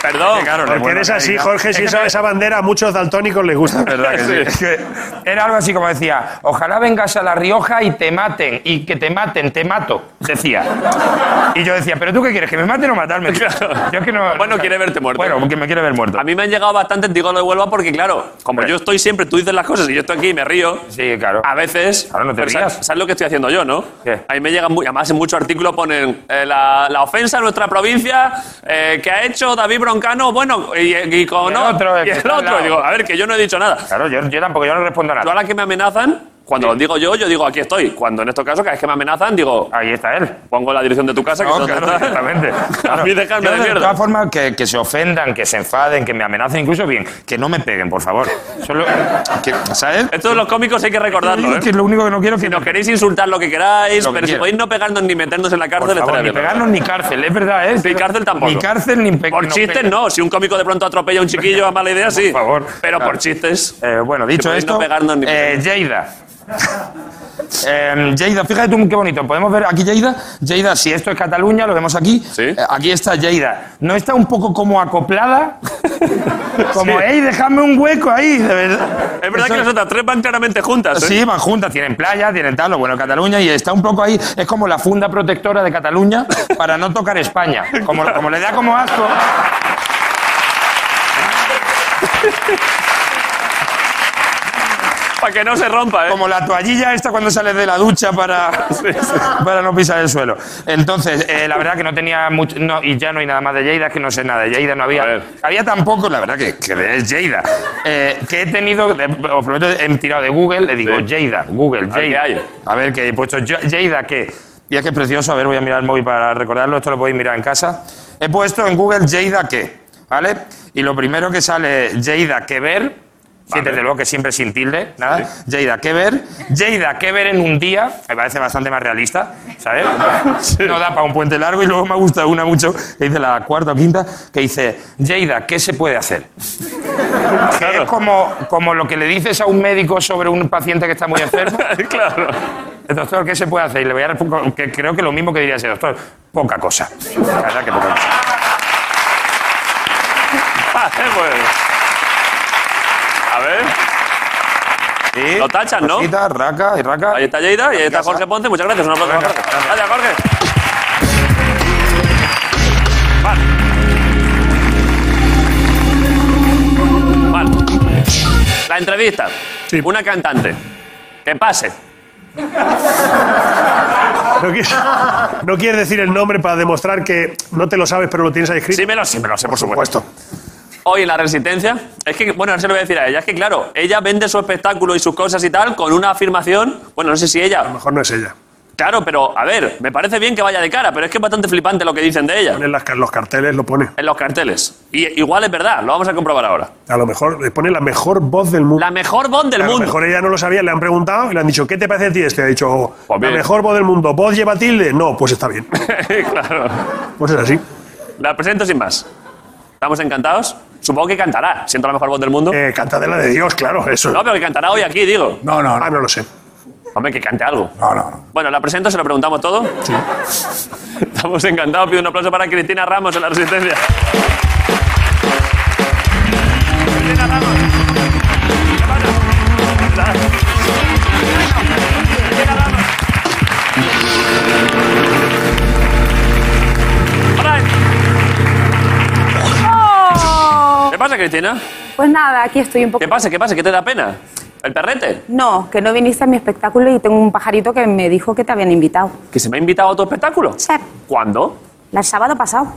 Speaker 2: perdón.
Speaker 5: Porque eres así, Jorge, si
Speaker 8: Es que
Speaker 5: esa,
Speaker 8: me-
Speaker 5: esa bandera a muchos daltónicos les gusta.
Speaker 8: ¿Verdad que sí? Es que Era algo así como decía, ojalá vengas a La Rioja y te maten, y que te maten, te mato, decía. Y yo decía, ¿pero tú qué quieres, que me maten o matarme?
Speaker 2: Claro.
Speaker 8: Yo es que no-
Speaker 2: Bueno, quiere verte muerto.
Speaker 8: Bueno, porque me quiere ver muerto.
Speaker 2: A mí me han llegado bastantes, digo lo de Huelva, porque claro, como
Speaker 8: Hombre.
Speaker 2: yo estoy siempre, tú dices las cosas y yo estoy aquí y me río.
Speaker 8: Sí, claro.
Speaker 2: A veces.
Speaker 8: Ahora no te
Speaker 2: pero sa-
Speaker 8: rías.
Speaker 2: ¿sabes, lo que estoy haciendo yo, no?
Speaker 8: ¿Qué?
Speaker 2: A mí me llegan. mu- Además, en muchos artículos ponen eh, la, la ofensa a nuestra provincia eh, que ha hecho David Broncano, bueno, y, y con
Speaker 8: Y el otro, el que
Speaker 2: y el
Speaker 8: está al
Speaker 2: otro.
Speaker 8: lado.
Speaker 2: Digo, a ver, que yo no he dicho nada.
Speaker 8: Claro, yo, yo tampoco, yo no respondo a
Speaker 2: Yo
Speaker 8: nada.
Speaker 2: ahora que me amenazan, cuando lo digo yo, yo digo aquí estoy. Cuando en estos casos, cada vez que me amenazan, digo
Speaker 8: Ahí está él.
Speaker 2: pongo la dirección de tu casa, que
Speaker 8: No,
Speaker 2: es donde
Speaker 8: claro,
Speaker 2: está.
Speaker 8: exactamente.
Speaker 2: A
Speaker 8: Claro.
Speaker 2: mí dejarme
Speaker 8: Yo,
Speaker 2: de
Speaker 8: de
Speaker 2: mierda.
Speaker 8: todas formas, que, que se ofendan, que se enfaden, que me amenacen, incluso bien, que no me peguen, por favor. Solo, que, ¿Sabes?
Speaker 2: Esto de los cómicos hay que recordarlo, ¿eh?
Speaker 8: Que lo único que no quiero es
Speaker 2: Si
Speaker 8: que
Speaker 2: nos queréis insultar lo que queráis,
Speaker 8: Lo que
Speaker 2: pero si
Speaker 8: quieras.
Speaker 2: podéis no pegarnos ni meternos en la
Speaker 8: Por
Speaker 2: cárcel,
Speaker 8: favor,
Speaker 2: estaría
Speaker 8: ni
Speaker 2: bien.
Speaker 8: pegarnos ni cárcel, es verdad, ¿eh?
Speaker 2: Ni cárcel tampoco.
Speaker 8: Ni cárcel ni pe-
Speaker 2: Por
Speaker 8: no
Speaker 2: chistes
Speaker 8: pe-
Speaker 2: no, si un cómico de pronto atropella a un chiquillo a mala idea, sí.
Speaker 8: favor.
Speaker 2: Pero por
Speaker 8: Claro.
Speaker 2: chistes.
Speaker 8: Eh, bueno,
Speaker 2: Si
Speaker 8: dicho
Speaker 2: podéis
Speaker 8: esto,
Speaker 2: no pegarnos ni
Speaker 8: eh, Lleida. Eh, Lleida, fíjate tú qué bonito. Podemos ver aquí Lleida. Lleida, si esto es Cataluña, lo vemos aquí.
Speaker 2: Sí.
Speaker 8: Eh, aquí está Lleida. ¿No está un poco como acoplada? como, hey, déjame un hueco ahí. de verdad.
Speaker 2: Es verdad
Speaker 8: Eso-
Speaker 2: que las otras tres van claramente juntas. ¿eh?
Speaker 8: Sí, van juntas, tienen playa, tienen tal, lo bueno de Cataluña, y está un poco ahí, es como la funda protectora de Cataluña para no tocar España. Como, como le da como asco.
Speaker 2: Para que no se rompa, ¿eh?
Speaker 8: Como la toallilla esta cuando sales de la ducha para, para no pisar el suelo. Entonces, eh, la verdad que no tenía mucho... no, y ya no hay nada más de Lleida, es que no sé nada de Lleida, no
Speaker 2: A
Speaker 8: había...
Speaker 2: ver.
Speaker 8: Había tampoco, la verdad que, que es Lleida. Eh, que he tenido, eh, os prometo, he tirado de Google, le digo
Speaker 2: Sí.
Speaker 8: Lleida, Google,
Speaker 2: A ver
Speaker 8: Lleida.
Speaker 2: qué hay.
Speaker 8: A ver, que he puesto Yo- Lleida, ¿qué? Y es que es precioso, a ver, voy a mirar el móvil para recordarlo, esto lo podéis mirar en casa. He puesto en Google Lleida, ¿qué? ¿Vale? Y lo primero que sale Lleida, ¿qué ver? Sí, desde luego que siempre sin tilde, nada. Lleida, ¿qué ver? Lleida, ¿qué ver en un día? Me parece bastante más realista, ¿sabes? No da para un puente largo y luego me gusta una mucho, que dice la cuarta o quinta, que dice, Lleida, ¿qué se puede hacer? Que es como, como lo que le dices a un médico sobre un paciente que está muy enfermo.
Speaker 2: claro.
Speaker 8: El doctor, ¿qué se puede hacer? Y le voy a responder, que creo que lo mismo que diría ese doctor. Poca cosa. La verdad que poca cosa.
Speaker 2: Vale, pues. A ver.
Speaker 8: Sí,
Speaker 2: Lo tachan, ¿no?
Speaker 8: cositas, raca y raca.
Speaker 2: Ahí está Lleida y ahí está
Speaker 8: Casa.
Speaker 2: Jorge Ponce. Muchas gracias. Un aplauso para Jorge.
Speaker 8: Gracias.
Speaker 2: Gracias, Jorge. Vale. Vale. La entrevista. Una cantante. Que pase.
Speaker 5: No quieres, no quieres decir el nombre para demostrar que no te lo sabes, pero lo tienes ahí escrito.
Speaker 2: Sí, me lo sé, me lo sé, por supuesto. Hoy en la Resistencia, es que, bueno, ahora se lo voy a decir a ella, es que claro, ella vende su espectáculo y sus cosas y tal con una afirmación, bueno, no sé si
Speaker 5: A lo
Speaker 2: ella,
Speaker 5: mejor no es ella.
Speaker 2: claro, pero a ver, me parece bien que vaya de cara, pero es que es bastante flipante lo que dicen de ella,
Speaker 5: Ponen las car- los carteles, lo pone.
Speaker 2: en los carteles. Y igual es verdad, lo vamos a comprobar ahora.
Speaker 5: A lo mejor le pone la mejor voz del mundo.
Speaker 2: La mejor voz del
Speaker 5: a lo
Speaker 2: mundo.
Speaker 5: mejor ella no lo sabía, le han preguntado y le han dicho, ¿qué te parece a ti este? Ha dicho, oh,
Speaker 2: Pues
Speaker 5: la
Speaker 2: bien.
Speaker 5: mejor voz del mundo. ¿Voz lleva tilde? No, pues está bien.
Speaker 2: claro.
Speaker 5: Pues es así.
Speaker 2: La presento sin más. Estamos encantados. Supongo que cantará, siento la mejor voz del mundo.
Speaker 5: Eh, cantadela de Dios, claro, eso.
Speaker 2: No, pero que cantará hoy aquí, digo.
Speaker 6: No, no,
Speaker 5: Ah,
Speaker 6: no.
Speaker 5: no lo sé.
Speaker 2: Hombre, que cante algo.
Speaker 6: No, no, no.
Speaker 2: Bueno, la presento, se lo preguntamos todo. Estamos encantados. Pido un aplauso para Cristina Ramos en la Resistencia. Cristina Ramos.
Speaker 9: Oh.
Speaker 2: Cristina?
Speaker 9: Pues nada, aquí estoy un poco.
Speaker 2: ¿Qué pasa? ¿Qué pasa? ¿Qué te da pena? ¿El perrete?
Speaker 9: No, que no viniste a mi espectáculo y tengo un pajarito que me dijo que te habían invitado.
Speaker 2: ¿Que se me ha invitado a tu espectáculo?
Speaker 9: Sí.
Speaker 2: ¿Cuándo?
Speaker 9: El sábado pasado.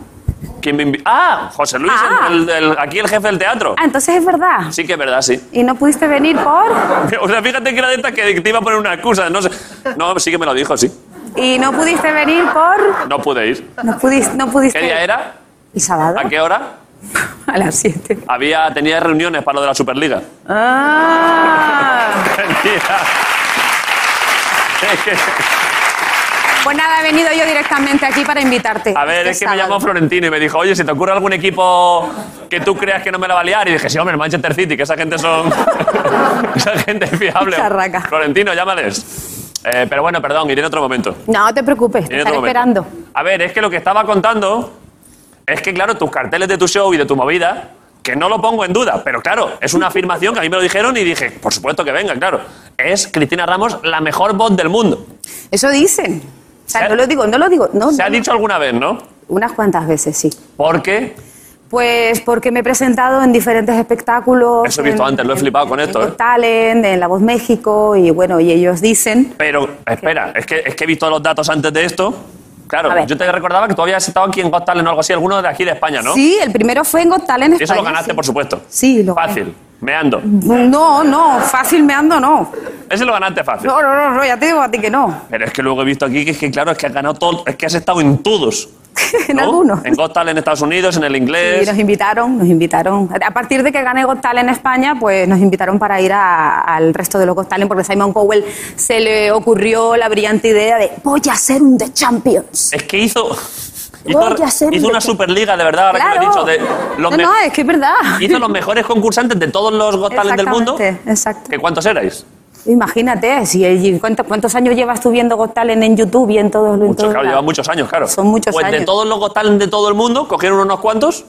Speaker 2: ¿Quién me invi- ¡Ah! José Luis,
Speaker 9: Ah.
Speaker 2: el- el- el- aquí el jefe del teatro.
Speaker 9: Ah, entonces es verdad.
Speaker 2: Sí que es verdad, sí.
Speaker 9: Y no pudiste venir por.
Speaker 2: O sea, fíjate que era de estas que te iba a poner una excusa. No, sé. no sí que me lo dijo, sí.
Speaker 9: Y no pudiste venir por.
Speaker 2: No pude ir.
Speaker 9: No pudiste. No pudiste...
Speaker 2: ¿Qué día era?
Speaker 9: ¿El sábado?
Speaker 2: ¿A qué hora?
Speaker 9: A las 7.
Speaker 2: Había, tenía reuniones para lo de la Superliga.
Speaker 9: Ah. Pues nada, he venido yo directamente aquí para invitarte.
Speaker 2: A ver,
Speaker 9: Este
Speaker 2: es que me
Speaker 9: sábado.
Speaker 2: llamó Florentino y me dijo, oye, si te ocurre algún equipo que tú creas que no me la va a liar. Y dije, sí, hombre, el Manchester City, que esa gente son... esa gente es fiable.
Speaker 9: Charraca.
Speaker 2: Florentino, llámales. Eh, pero bueno, perdón, iré en otro momento.
Speaker 9: No te preocupes, te
Speaker 2: En
Speaker 9: estaré
Speaker 2: otro
Speaker 9: esperando.
Speaker 2: momento. A ver, es que lo que estaba contando es que, claro, tus carteles de tu show y de tu movida, que no lo pongo en duda, pero claro, es una afirmación que a mí me lo dijeron y dije, por supuesto que venga, claro. Es Cristina Ramos la mejor voz del mundo.
Speaker 9: Eso dicen. O
Speaker 2: Se ha-
Speaker 9: sea, no lo digo, no lo digo. No,
Speaker 2: Se ha
Speaker 9: no, no.
Speaker 2: dicho alguna vez, ¿no?
Speaker 9: Unas cuantas veces, sí.
Speaker 2: Porque
Speaker 9: Pues porque me he presentado en diferentes espectáculos.
Speaker 2: Eso he visto
Speaker 9: en-
Speaker 2: antes, lo he
Speaker 9: en-
Speaker 2: flipado con esto,
Speaker 9: En
Speaker 2: ¿eh?
Speaker 9: Got Talent, en La Voz México, y bueno, y ellos dicen.
Speaker 2: Pero, espera, es que, es que he visto los datos antes de esto.
Speaker 9: A
Speaker 2: Claro,
Speaker 9: ver.
Speaker 2: yo te recordaba que tú habías estado aquí en Got Talent o algo así, alguno de aquí de España, ¿no?
Speaker 9: Sí, el primero fue en Got Talent
Speaker 2: Y eso lo
Speaker 9: España,
Speaker 2: ganaste,
Speaker 9: sí.
Speaker 2: por supuesto.
Speaker 9: Sí, lo gané.
Speaker 2: Fácil, meando.
Speaker 9: No, no, fácil me ando, no.
Speaker 2: Ese lo ganaste fácil.
Speaker 9: No, no, no, no, ya te digo a ti que no.
Speaker 2: Pero es que luego he visto aquí que es que, claro, es que has ganado todo, es que has estado en todos.
Speaker 9: en
Speaker 2: ¿no?
Speaker 9: algunos.
Speaker 2: En Got Talent en Estados Unidos, en el
Speaker 9: Y
Speaker 2: inglés.
Speaker 9: nos invitaron, nos invitaron. A partir de que gané Got Talent en España, pues nos invitaron para ir a- al resto de los Got Talent, porque Simon Cowell se le ocurrió la brillante idea de voy a hacer un The Champions.
Speaker 2: Es que hizo.
Speaker 9: Voy a
Speaker 2: Hizo,
Speaker 9: hacer
Speaker 2: hizo
Speaker 9: un-
Speaker 2: una superliga, de verdad, ahora
Speaker 9: Claro.
Speaker 2: que lo he dicho. De, los
Speaker 9: no,
Speaker 2: me-
Speaker 9: no, es que es verdad.
Speaker 2: Hizo los mejores concursantes de todos los Got Talent del mundo.
Speaker 9: Exactamente, exacto.
Speaker 2: ¿Que ¿Cuántos erais?
Speaker 9: Imagínate, si el- ¿cuánto- ¿cuántos años llevas tú viendo Got Talent en YouTube y en todos los... en
Speaker 2: Muchos,
Speaker 9: todos
Speaker 2: claro,
Speaker 9: lados?
Speaker 2: lleva muchos años, claro.
Speaker 9: Son muchos
Speaker 2: pues de
Speaker 9: años.
Speaker 2: todos los Got Talent de todo el mundo, cogieron unos cuantos.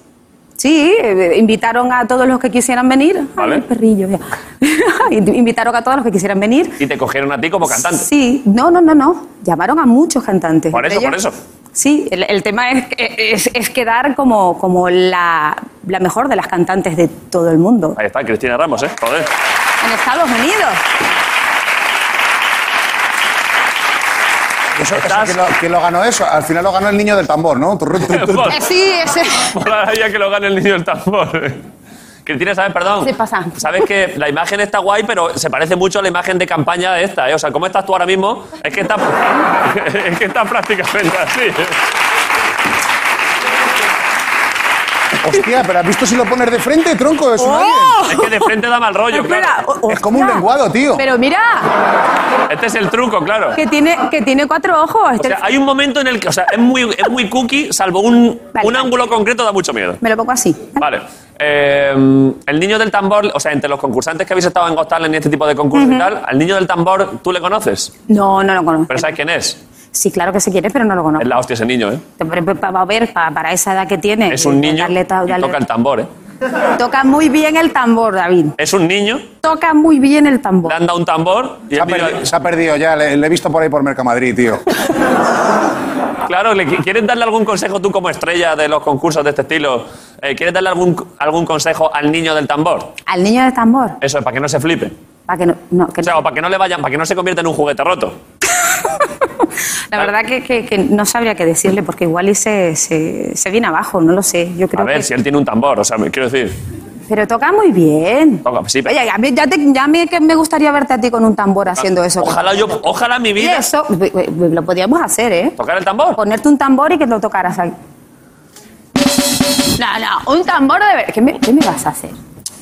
Speaker 9: Sí, eh, invitaron a todos los que quisieran venir. Ay,
Speaker 2: Vale.
Speaker 9: el perrillo, ya. invitaron a todos los que quisieran venir.
Speaker 2: Y te cogieron a ti como cantante.
Speaker 9: Sí, no, no, no, no. Llamaron a muchos cantantes.
Speaker 2: Por eso,
Speaker 9: Entre
Speaker 2: por eso.
Speaker 9: Sí, el, el tema es, es, es quedar como, como la, la mejor de las cantantes de todo el mundo.
Speaker 2: Ahí está, Cristina Ramos, ¿eh? Joder.
Speaker 9: En Estados Unidos.
Speaker 6: Eso- eso,
Speaker 2: Estás-
Speaker 6: ¿quién, lo, quién lo ganó eso? Al final lo ganó el niño del tambor, ¿no? Turru, turru, turru.
Speaker 2: Mola-
Speaker 9: Eh, sí, ese.
Speaker 2: mola ya que lo gane el niño del tambor. Cristina, ¿sabes? Perdón.
Speaker 9: Sí, pasa.
Speaker 2: Sabes que la imagen está guay, pero se parece mucho a la imagen de campaña de esta, ¿eh? O sea, ¿cómo estás tú ahora mismo? Es que está, es que está prácticamente así.
Speaker 6: Hostia, pero ¿has visto si lo pones de frente, tronco? Es, un alien.
Speaker 2: Es que de frente da mal rollo,
Speaker 9: ¡Oh! Espera,
Speaker 2: claro.
Speaker 9: o-
Speaker 6: Es como un
Speaker 9: hostia.
Speaker 6: lenguado, tío.
Speaker 9: Pero mira,
Speaker 2: Este es el truco, claro.
Speaker 9: que este tiene, que tiene cuatro ojos.
Speaker 2: O sea, hay un momento en el que, o sea, es muy, es muy cookie, salvo un,
Speaker 9: Vale.
Speaker 2: un ángulo concreto da mucho miedo.
Speaker 9: Me lo pongo así.
Speaker 2: Vale. Eh, el niño del tambor, o sea, entre los concursantes que habéis estado en Got Talent y este tipo de concursos y tal, al niño del tambor tú le conoces,
Speaker 9: No, no lo conozco.
Speaker 2: pero sabes quién es.
Speaker 9: Sí, claro que se quiere, pero no lo
Speaker 2: Es
Speaker 9: conozco.
Speaker 2: la hostia ese niño, ¿eh?
Speaker 9: Pero, pero, para, ver, para, para esa edad que tiene.
Speaker 2: Es un niño
Speaker 9: darle ta-
Speaker 2: y
Speaker 9: darle-
Speaker 2: toca el tambor, ¿eh?
Speaker 9: Toca muy bien el tambor, David.
Speaker 2: Es un niño,
Speaker 9: Toca muy bien el tambor.
Speaker 2: le han dado un tambor y
Speaker 6: Se ha,
Speaker 2: el niño-
Speaker 6: perdido, se ha perdido ya, le, le he visto por ahí por Mercamadrid, tío.
Speaker 2: Claro, ¿le qui- ¿quieres darle algún consejo tú como estrella de los concursos de este estilo? Eh, ¿Quieres darle algún, algún consejo al niño del tambor?
Speaker 9: Al niño del tambor.
Speaker 2: Eso es, para que no se flipe.
Speaker 9: Para que no, no, que
Speaker 2: O sea, o para que no le vayan, para que no se convierta en un juguete roto.
Speaker 9: la verdad que, que- que no sabría qué decirle, porque igual y se, se, se viene abajo, no lo sé. Yo creo
Speaker 2: A ver,
Speaker 9: que-
Speaker 2: si él tiene un tambor, o sea, me quiero decir.
Speaker 9: Pero toca muy bien.
Speaker 2: Toca, sí, pero-
Speaker 9: Oye, a mí ya, te- ya me, que me gustaría verte a ti con un tambor haciendo eso.
Speaker 2: Ojalá yo, ojalá mi
Speaker 9: Y
Speaker 2: vida.
Speaker 9: eso, we- we- lo podíamos hacer, ¿eh?
Speaker 2: ¿Tocar el tambor?
Speaker 9: Ponerte un tambor y que lo tocaras ahí. No, no, un tambor de ver. ¿Qué me, qué me vas a hacer?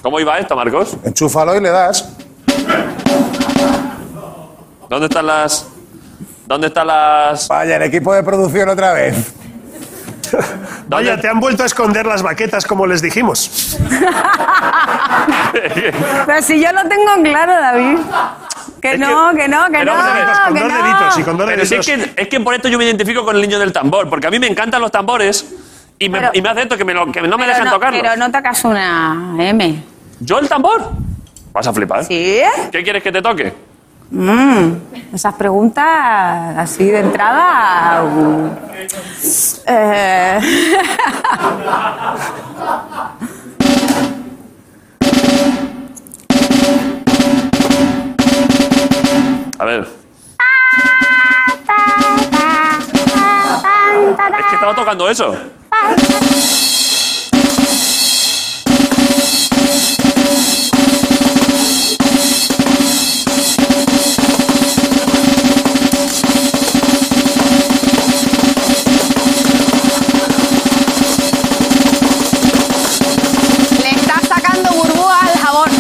Speaker 2: ¿Cómo iba esto, Marcos?
Speaker 6: Enchúfalo y le das.
Speaker 2: ¿Dónde están las.? ¿Dónde están las.?
Speaker 6: Vaya, el equipo de producción otra vez.
Speaker 2: ¿Dónde-
Speaker 5: Vaya, te han vuelto a esconder las baquetas como les dijimos.
Speaker 9: Pero si yo lo tengo en claro, David. Que
Speaker 2: Es
Speaker 9: no,
Speaker 2: que-
Speaker 9: que, no, que no.
Speaker 2: pero vamos a ver,
Speaker 5: con
Speaker 9: que
Speaker 5: dos
Speaker 9: no.
Speaker 5: deditos y con dos
Speaker 2: Pero
Speaker 5: deditos.
Speaker 2: si es que, es que por esto yo me identifico con el niño del tambor, porque a mí me encantan los tambores y me,
Speaker 9: Pero-
Speaker 2: y me hace esto que, me lo- que no me
Speaker 9: Pero
Speaker 2: dejan
Speaker 9: no-
Speaker 2: tocarlos.
Speaker 9: Pero no tocas una M.
Speaker 2: ¿Yo el tambor? Vas a flipar.
Speaker 9: ¿Sí?
Speaker 2: ¿Qué quieres que te toque?
Speaker 9: Mm, Esas preguntas así de entrada. uh, eh,
Speaker 2: ver. Es que estaba tocando eso.
Speaker 9: Le está sacando burbuja al jabón.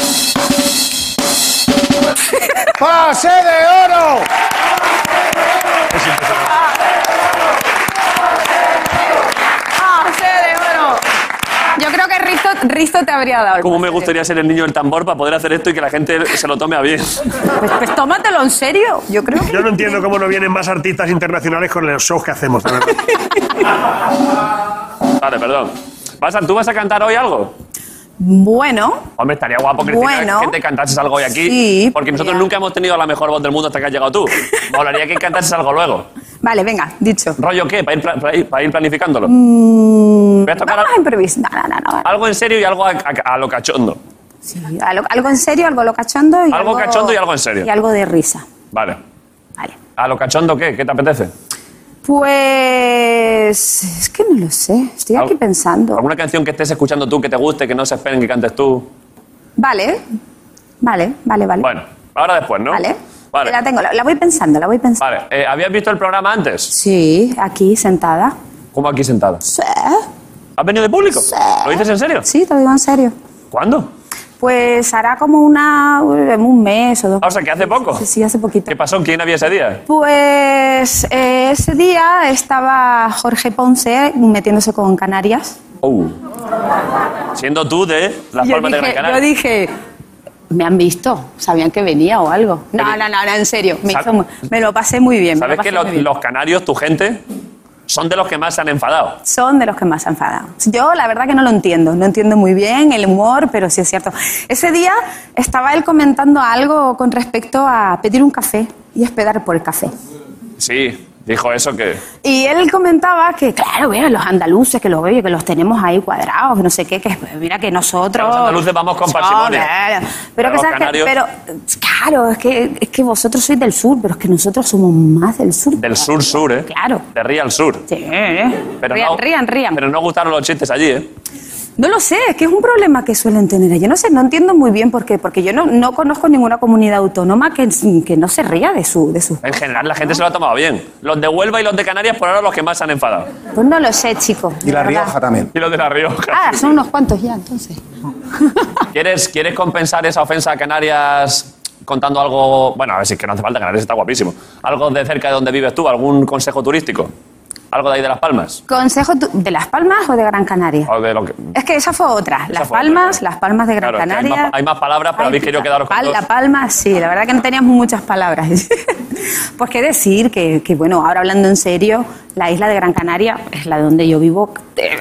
Speaker 6: ¡Pase de oro!
Speaker 9: ¡Ah, sí, de oro! Yo creo que Risto, Risto te habría dado. el
Speaker 2: ¿Cómo me
Speaker 9: pase.
Speaker 2: gustaría ser el niño del tambor para poder hacer esto y que la gente se lo tome a bien?
Speaker 9: Pues, pues tómatelo en serio. Yo creo que.
Speaker 5: Yo no entiendo cómo no vienen más artistas internacionales con los shows que hacemos. la verdad.
Speaker 2: Vale, perdón. Basan, ¿tú vas a cantar hoy algo?
Speaker 9: Bueno,
Speaker 2: Hombre, estaría guapo Cristina,
Speaker 9: Bueno.
Speaker 2: que te cantases algo hoy aquí.
Speaker 9: Sí,
Speaker 2: porque nosotros
Speaker 9: podría.
Speaker 2: nunca hemos tenido la mejor voz del mundo hasta que has llegado tú. Molaría que cantases algo luego.
Speaker 9: vale, venga, dicho.
Speaker 2: ¿Rollo qué? Para ir, pla- para ir- para ir planificándolo. Voy a tocar
Speaker 9: Mm, Vamos a improvisar. No, no, no, no.
Speaker 2: algo en serio y algo a, a- a lo cachondo.
Speaker 9: Sí, algo, algo en serio, algo locachondo y
Speaker 2: Algo cachondo y algo en serio.
Speaker 9: Y algo de risa.
Speaker 2: Vale.
Speaker 9: Vale.
Speaker 2: ¿A lo cachondo qué? ¿Qué te apetece?
Speaker 9: Pues. Es que no lo sé. Estoy aquí
Speaker 2: Al-
Speaker 9: pensando.
Speaker 2: ¿Alguna canción que estés escuchando tú que te guste, que no se esperen que cantes tú?
Speaker 9: Vale. Vale, vale, vale.
Speaker 2: Bueno, ahora después, ¿no?
Speaker 9: Vale.
Speaker 2: Vale.
Speaker 9: La tengo, la, la voy pensando, la voy pensando.
Speaker 2: Vale. Eh, ¿Habías visto el programa antes?
Speaker 9: Sí, aquí sentada.
Speaker 2: ¿Cómo aquí sentada?
Speaker 9: Sí.
Speaker 2: ¿Has venido de público?
Speaker 9: Sí.
Speaker 2: ¿Lo dices en serio?
Speaker 9: Sí, te lo digo en serio.
Speaker 2: ¿Cuándo?
Speaker 9: Pues hará como una, un mes o dos.
Speaker 2: Ah, o sea, que hace poco.
Speaker 9: Sí, sí, hace poquito.
Speaker 2: ¿Qué pasó? ¿Quién había ese día?
Speaker 9: Pues eh, ese día estaba Jorge Ponce metiéndose con Canarias.
Speaker 2: Oh. Siendo tú de Las
Speaker 9: yo,
Speaker 2: Palmas de Gran
Speaker 9: dije,
Speaker 2: Canaria.
Speaker 9: yo dije, me han visto, sabían que venía o algo. No, no, no, no, en serio, me,
Speaker 2: Sab-
Speaker 9: hizo mu- me lo pasé muy bien. me lo
Speaker 2: ¿Sabes
Speaker 9: pasé
Speaker 2: que los,
Speaker 9: muy bien.
Speaker 2: los canarios, tu gente, son de los que más se han enfadado?
Speaker 9: Son de los que más se han enfadado. Yo la verdad que no lo entiendo, no entiendo muy bien el humor, pero sí es cierto. Ese día estaba él comentando algo con respecto a pedir un café y esperar por el café.
Speaker 2: Sí, dijo eso que...
Speaker 9: Y él comentaba que, claro, mira, los andaluces, que los oye, que los tenemos ahí cuadrados, que no sé qué, que mira que nosotros.
Speaker 2: Los andaluces vamos con
Speaker 9: No,
Speaker 2: parsimonia.
Speaker 9: claro.
Speaker 2: Pero
Speaker 9: Pero, que
Speaker 2: los
Speaker 9: sabes que-
Speaker 2: canarios-
Speaker 9: pero, claro, es que, es que vosotros sois del sur, pero es que nosotros somos más del sur.
Speaker 2: Del sur-sur, ¿eh?
Speaker 9: Claro.
Speaker 2: De Real Sur.
Speaker 9: Sí, ¿eh?
Speaker 2: Pero
Speaker 9: rían,
Speaker 2: no,
Speaker 9: rían, rían.
Speaker 2: Pero no gustaron los chistes allí, ¿eh?
Speaker 9: No lo sé, es que es un problema que suelen tener. Yo no sé, no entiendo muy bien por qué, porque yo no, no conozco ninguna comunidad autónoma que, que no se ría de su, de su.
Speaker 2: En general, la gente se lo ha tomado bien. Los de Huelva y los de Canarias, por ahora, los que más se han enfadado.
Speaker 9: Pues no lo sé, chico.
Speaker 6: Y la
Speaker 9: de verdad.
Speaker 6: Rioja también.
Speaker 2: Y los de La Rioja.
Speaker 9: Ah, son unos cuantos ya, entonces.
Speaker 2: ¿Quieres, ¿Quieres compensar esa ofensa a Canarias contando algo? Bueno, a ver si es que no hace falta, Canarias está guapísimo. ¿Algo de cerca de donde vives tú? ¿Algún consejo turístico? ¿Algo de ahí de Las Palmas?
Speaker 9: ¿Consejo tú- de Las Palmas o de Gran Canaria?
Speaker 2: ¿O de lo que-
Speaker 9: Es que esa fue otra. Las
Speaker 2: fue otra,
Speaker 9: Palmas,
Speaker 2: claro.
Speaker 9: Las Palmas de Gran
Speaker 2: Claro, es que hay
Speaker 9: Canaria.
Speaker 2: más- hay más palabras, pero habéis querido
Speaker 9: puta,
Speaker 2: quedaros con
Speaker 9: pal-
Speaker 2: dos.
Speaker 9: La Palma, sí, la verdad que no teníamos muchas palabras. pues qué decir, que, que, bueno, ahora hablando en serio, la isla de Gran Canaria es la donde yo vivo.
Speaker 2: Es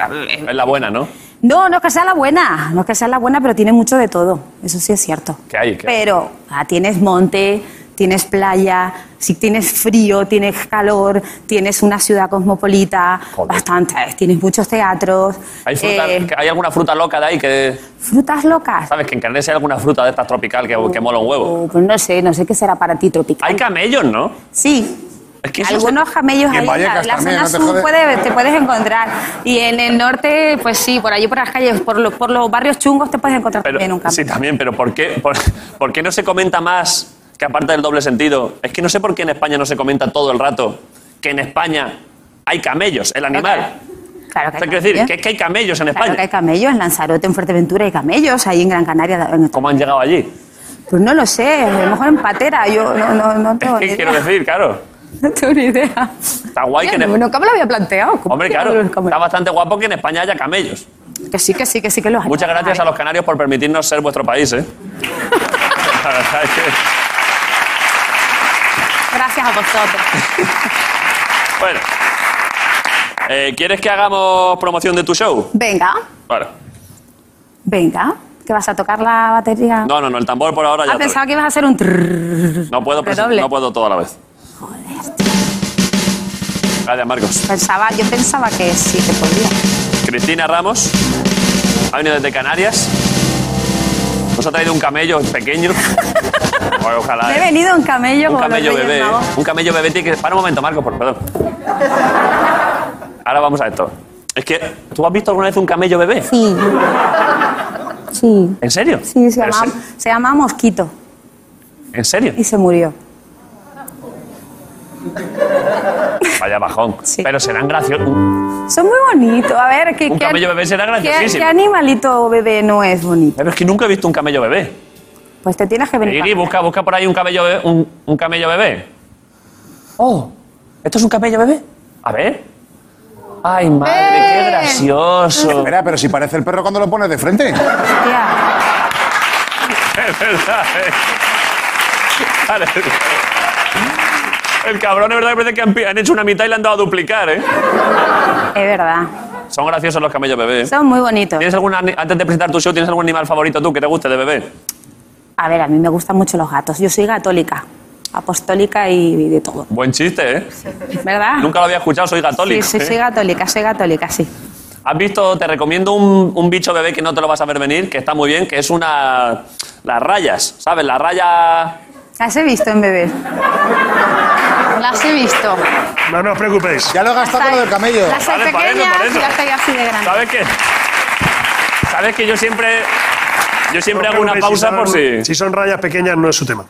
Speaker 2: la buena, ¿no?
Speaker 9: No, no es que sea la buena, no es que sea la buena, pero tiene mucho de todo. Eso sí es cierto.
Speaker 2: ¿Qué hay? ¿Qué hay?
Speaker 9: Pero ah, tienes monte, tienes playa, si tienes frío, tienes calor, tienes una ciudad cosmopolita,
Speaker 2: Joder.
Speaker 9: bastantes, tienes muchos teatros.
Speaker 2: ¿Hay, fruta-
Speaker 9: eh,
Speaker 2: ¿Hay alguna fruta loca de ahí que...
Speaker 9: frutas locas.
Speaker 2: ¿Sabes? Que en Canarias hay alguna fruta de estas tropical que, que mola un huevo.
Speaker 9: Oh, pues no sé, no sé qué será para ti tropical.
Speaker 2: Hay camellos, ¿no?
Speaker 9: Sí.
Speaker 2: Es que eso
Speaker 9: Algunos
Speaker 6: Y
Speaker 9: camellos
Speaker 6: en
Speaker 9: ahí en la,
Speaker 6: Vallecas
Speaker 9: la
Speaker 6: también,
Speaker 9: zona
Speaker 6: no te
Speaker 9: sur
Speaker 6: jode.
Speaker 9: puede- te puedes encontrar. Y en el norte, pues sí, por allí por las calles, por los, por los barrios chungos te puedes encontrar
Speaker 2: Pero-
Speaker 9: también un camello.
Speaker 2: Sí, también, pero ¿por qué, por, por qué no se comenta más que aparte del doble sentido? Es que no sé por qué en España no se comenta todo el rato que en España hay camellos, el animal.
Speaker 9: Claro que
Speaker 2: O sea,
Speaker 9: hay
Speaker 2: quiero decir,
Speaker 9: camellos.
Speaker 2: que es que hay camellos en
Speaker 9: Claro
Speaker 2: España.
Speaker 9: que hay camellos, en Lanzarote, en Fuerteventura hay camellos, ahí en Gran Canaria. en-
Speaker 2: ¿Cómo han llegado allí?
Speaker 9: pues no lo sé, a lo mejor en Patera, yo no, no, no
Speaker 2: Es
Speaker 9: tengo ni
Speaker 2: que quiero
Speaker 9: idea.
Speaker 2: decir, claro.
Speaker 9: No tengo ni idea.
Speaker 2: Está guay que en
Speaker 9: no,
Speaker 2: España-
Speaker 9: nunca me lo había planteado. ¿Cómo
Speaker 2: Hombre,
Speaker 9: que
Speaker 2: claro,
Speaker 9: no los camellos?
Speaker 2: está bastante guapo que en España haya camellos.
Speaker 9: Que sí, que sí, que sí, que los hay.
Speaker 2: Muchas gracias a los canarios por permitirnos ser vuestro país, ¿eh? La verdad es que-
Speaker 9: Gracias a vosotros.
Speaker 2: Bueno. Eh, ¿Quieres que hagamos promoción de tu show?
Speaker 9: Venga,
Speaker 2: Vale.
Speaker 9: venga, que vas a tocar la batería.
Speaker 2: No, no, no, el tambor por ahora ya.
Speaker 9: ah,
Speaker 2: te-
Speaker 9: pensaba que ibas a hacer un... trrrr.
Speaker 2: No puedo, presen-
Speaker 9: Redoble.
Speaker 2: no puedo todo a la vez. Gracias, Marcos.
Speaker 9: Pensaba, yo pensaba que sí que podía.
Speaker 2: Cristina Ramos ha venido desde Canarias. Nos ha traído un camello pequeño. Joder, ojalá.
Speaker 9: Me
Speaker 2: eh.
Speaker 9: he venido en camello
Speaker 2: Un
Speaker 9: como los
Speaker 2: camello
Speaker 9: Reyes
Speaker 2: bebé. ¿eh?
Speaker 9: Magos.
Speaker 2: Un camello bebé tiene que. Para un momento, Marco, por perdón. Ahora vamos a esto. Es que, ¿tú has visto alguna vez un camello bebé?
Speaker 9: Sí. Sí.
Speaker 2: ¿En serio?
Speaker 9: Sí, se
Speaker 2: Pero
Speaker 9: llama, se llama Mosquito
Speaker 2: se- ¿En serio?
Speaker 9: y se murió.
Speaker 2: Vaya bajón.
Speaker 9: Sí.
Speaker 2: Pero serán graciosos.
Speaker 9: Son muy bonitos. A ver, ¿qué,
Speaker 2: Un
Speaker 9: qué-
Speaker 2: camello bebé será
Speaker 9: qué-
Speaker 2: graciosísimo.
Speaker 9: ¿Qué animalito bebé no es bonito?
Speaker 2: Pero es que nunca he visto un camello bebé.
Speaker 9: Pues te tienes que venir.
Speaker 2: Iggy,
Speaker 9: para-
Speaker 2: busca, busca por ahí un camello bebé. Un, un camello bebé. Oh, ¿esto es un camello bebé? A ver. Ay, madre, qué gracioso.
Speaker 6: Espera, pero si parece el perro cuando lo pones de frente.
Speaker 9: Hostia.
Speaker 2: Es verdad, eh. Vale. El cabrón, es verdad que parece que han, pi- han hecho una mitad y le han dado a duplicar, ¿eh?
Speaker 9: Es verdad.
Speaker 2: Son graciosos los camellos bebé. ¿eh?
Speaker 9: Son muy bonitos.
Speaker 2: ¿Tienes algún, ani- antes de presentar tu show, ¿tienes algún animal favorito tú que te guste de bebé?
Speaker 9: A ver, a mí me gustan mucho los gatos. Yo soy católica, apostólica y de todo.
Speaker 2: Buen chiste, ¿eh?
Speaker 9: ¿Verdad?
Speaker 2: Nunca lo había escuchado, soy
Speaker 9: Sí,
Speaker 2: católico.
Speaker 9: Ah. sí,
Speaker 2: ¿eh?
Speaker 9: soy católica, soy católica, sí.
Speaker 2: ¿Has visto? Te recomiendo un, un bicho bebé que no te lo vas a ver venir, que está muy bien, que es una. Las rayas, ¿sabes? La raya.
Speaker 9: Las he visto en bebé. Las he visto.
Speaker 5: No, no os preocupéis.
Speaker 6: Ya lo he gastado con lo del camello.
Speaker 9: Las hay
Speaker 2: Vale, para eso,
Speaker 9: pequeñas
Speaker 2: para eso.
Speaker 9: y las hay así de grandes.
Speaker 2: ¿Sabes qué? ¿Sabes que yo siempre. Yo siempre
Speaker 5: No os
Speaker 2: hago una
Speaker 5: preocupéis,
Speaker 2: pausa
Speaker 5: son-
Speaker 2: por si.
Speaker 5: Si son rayas pequeñas, no es su tema.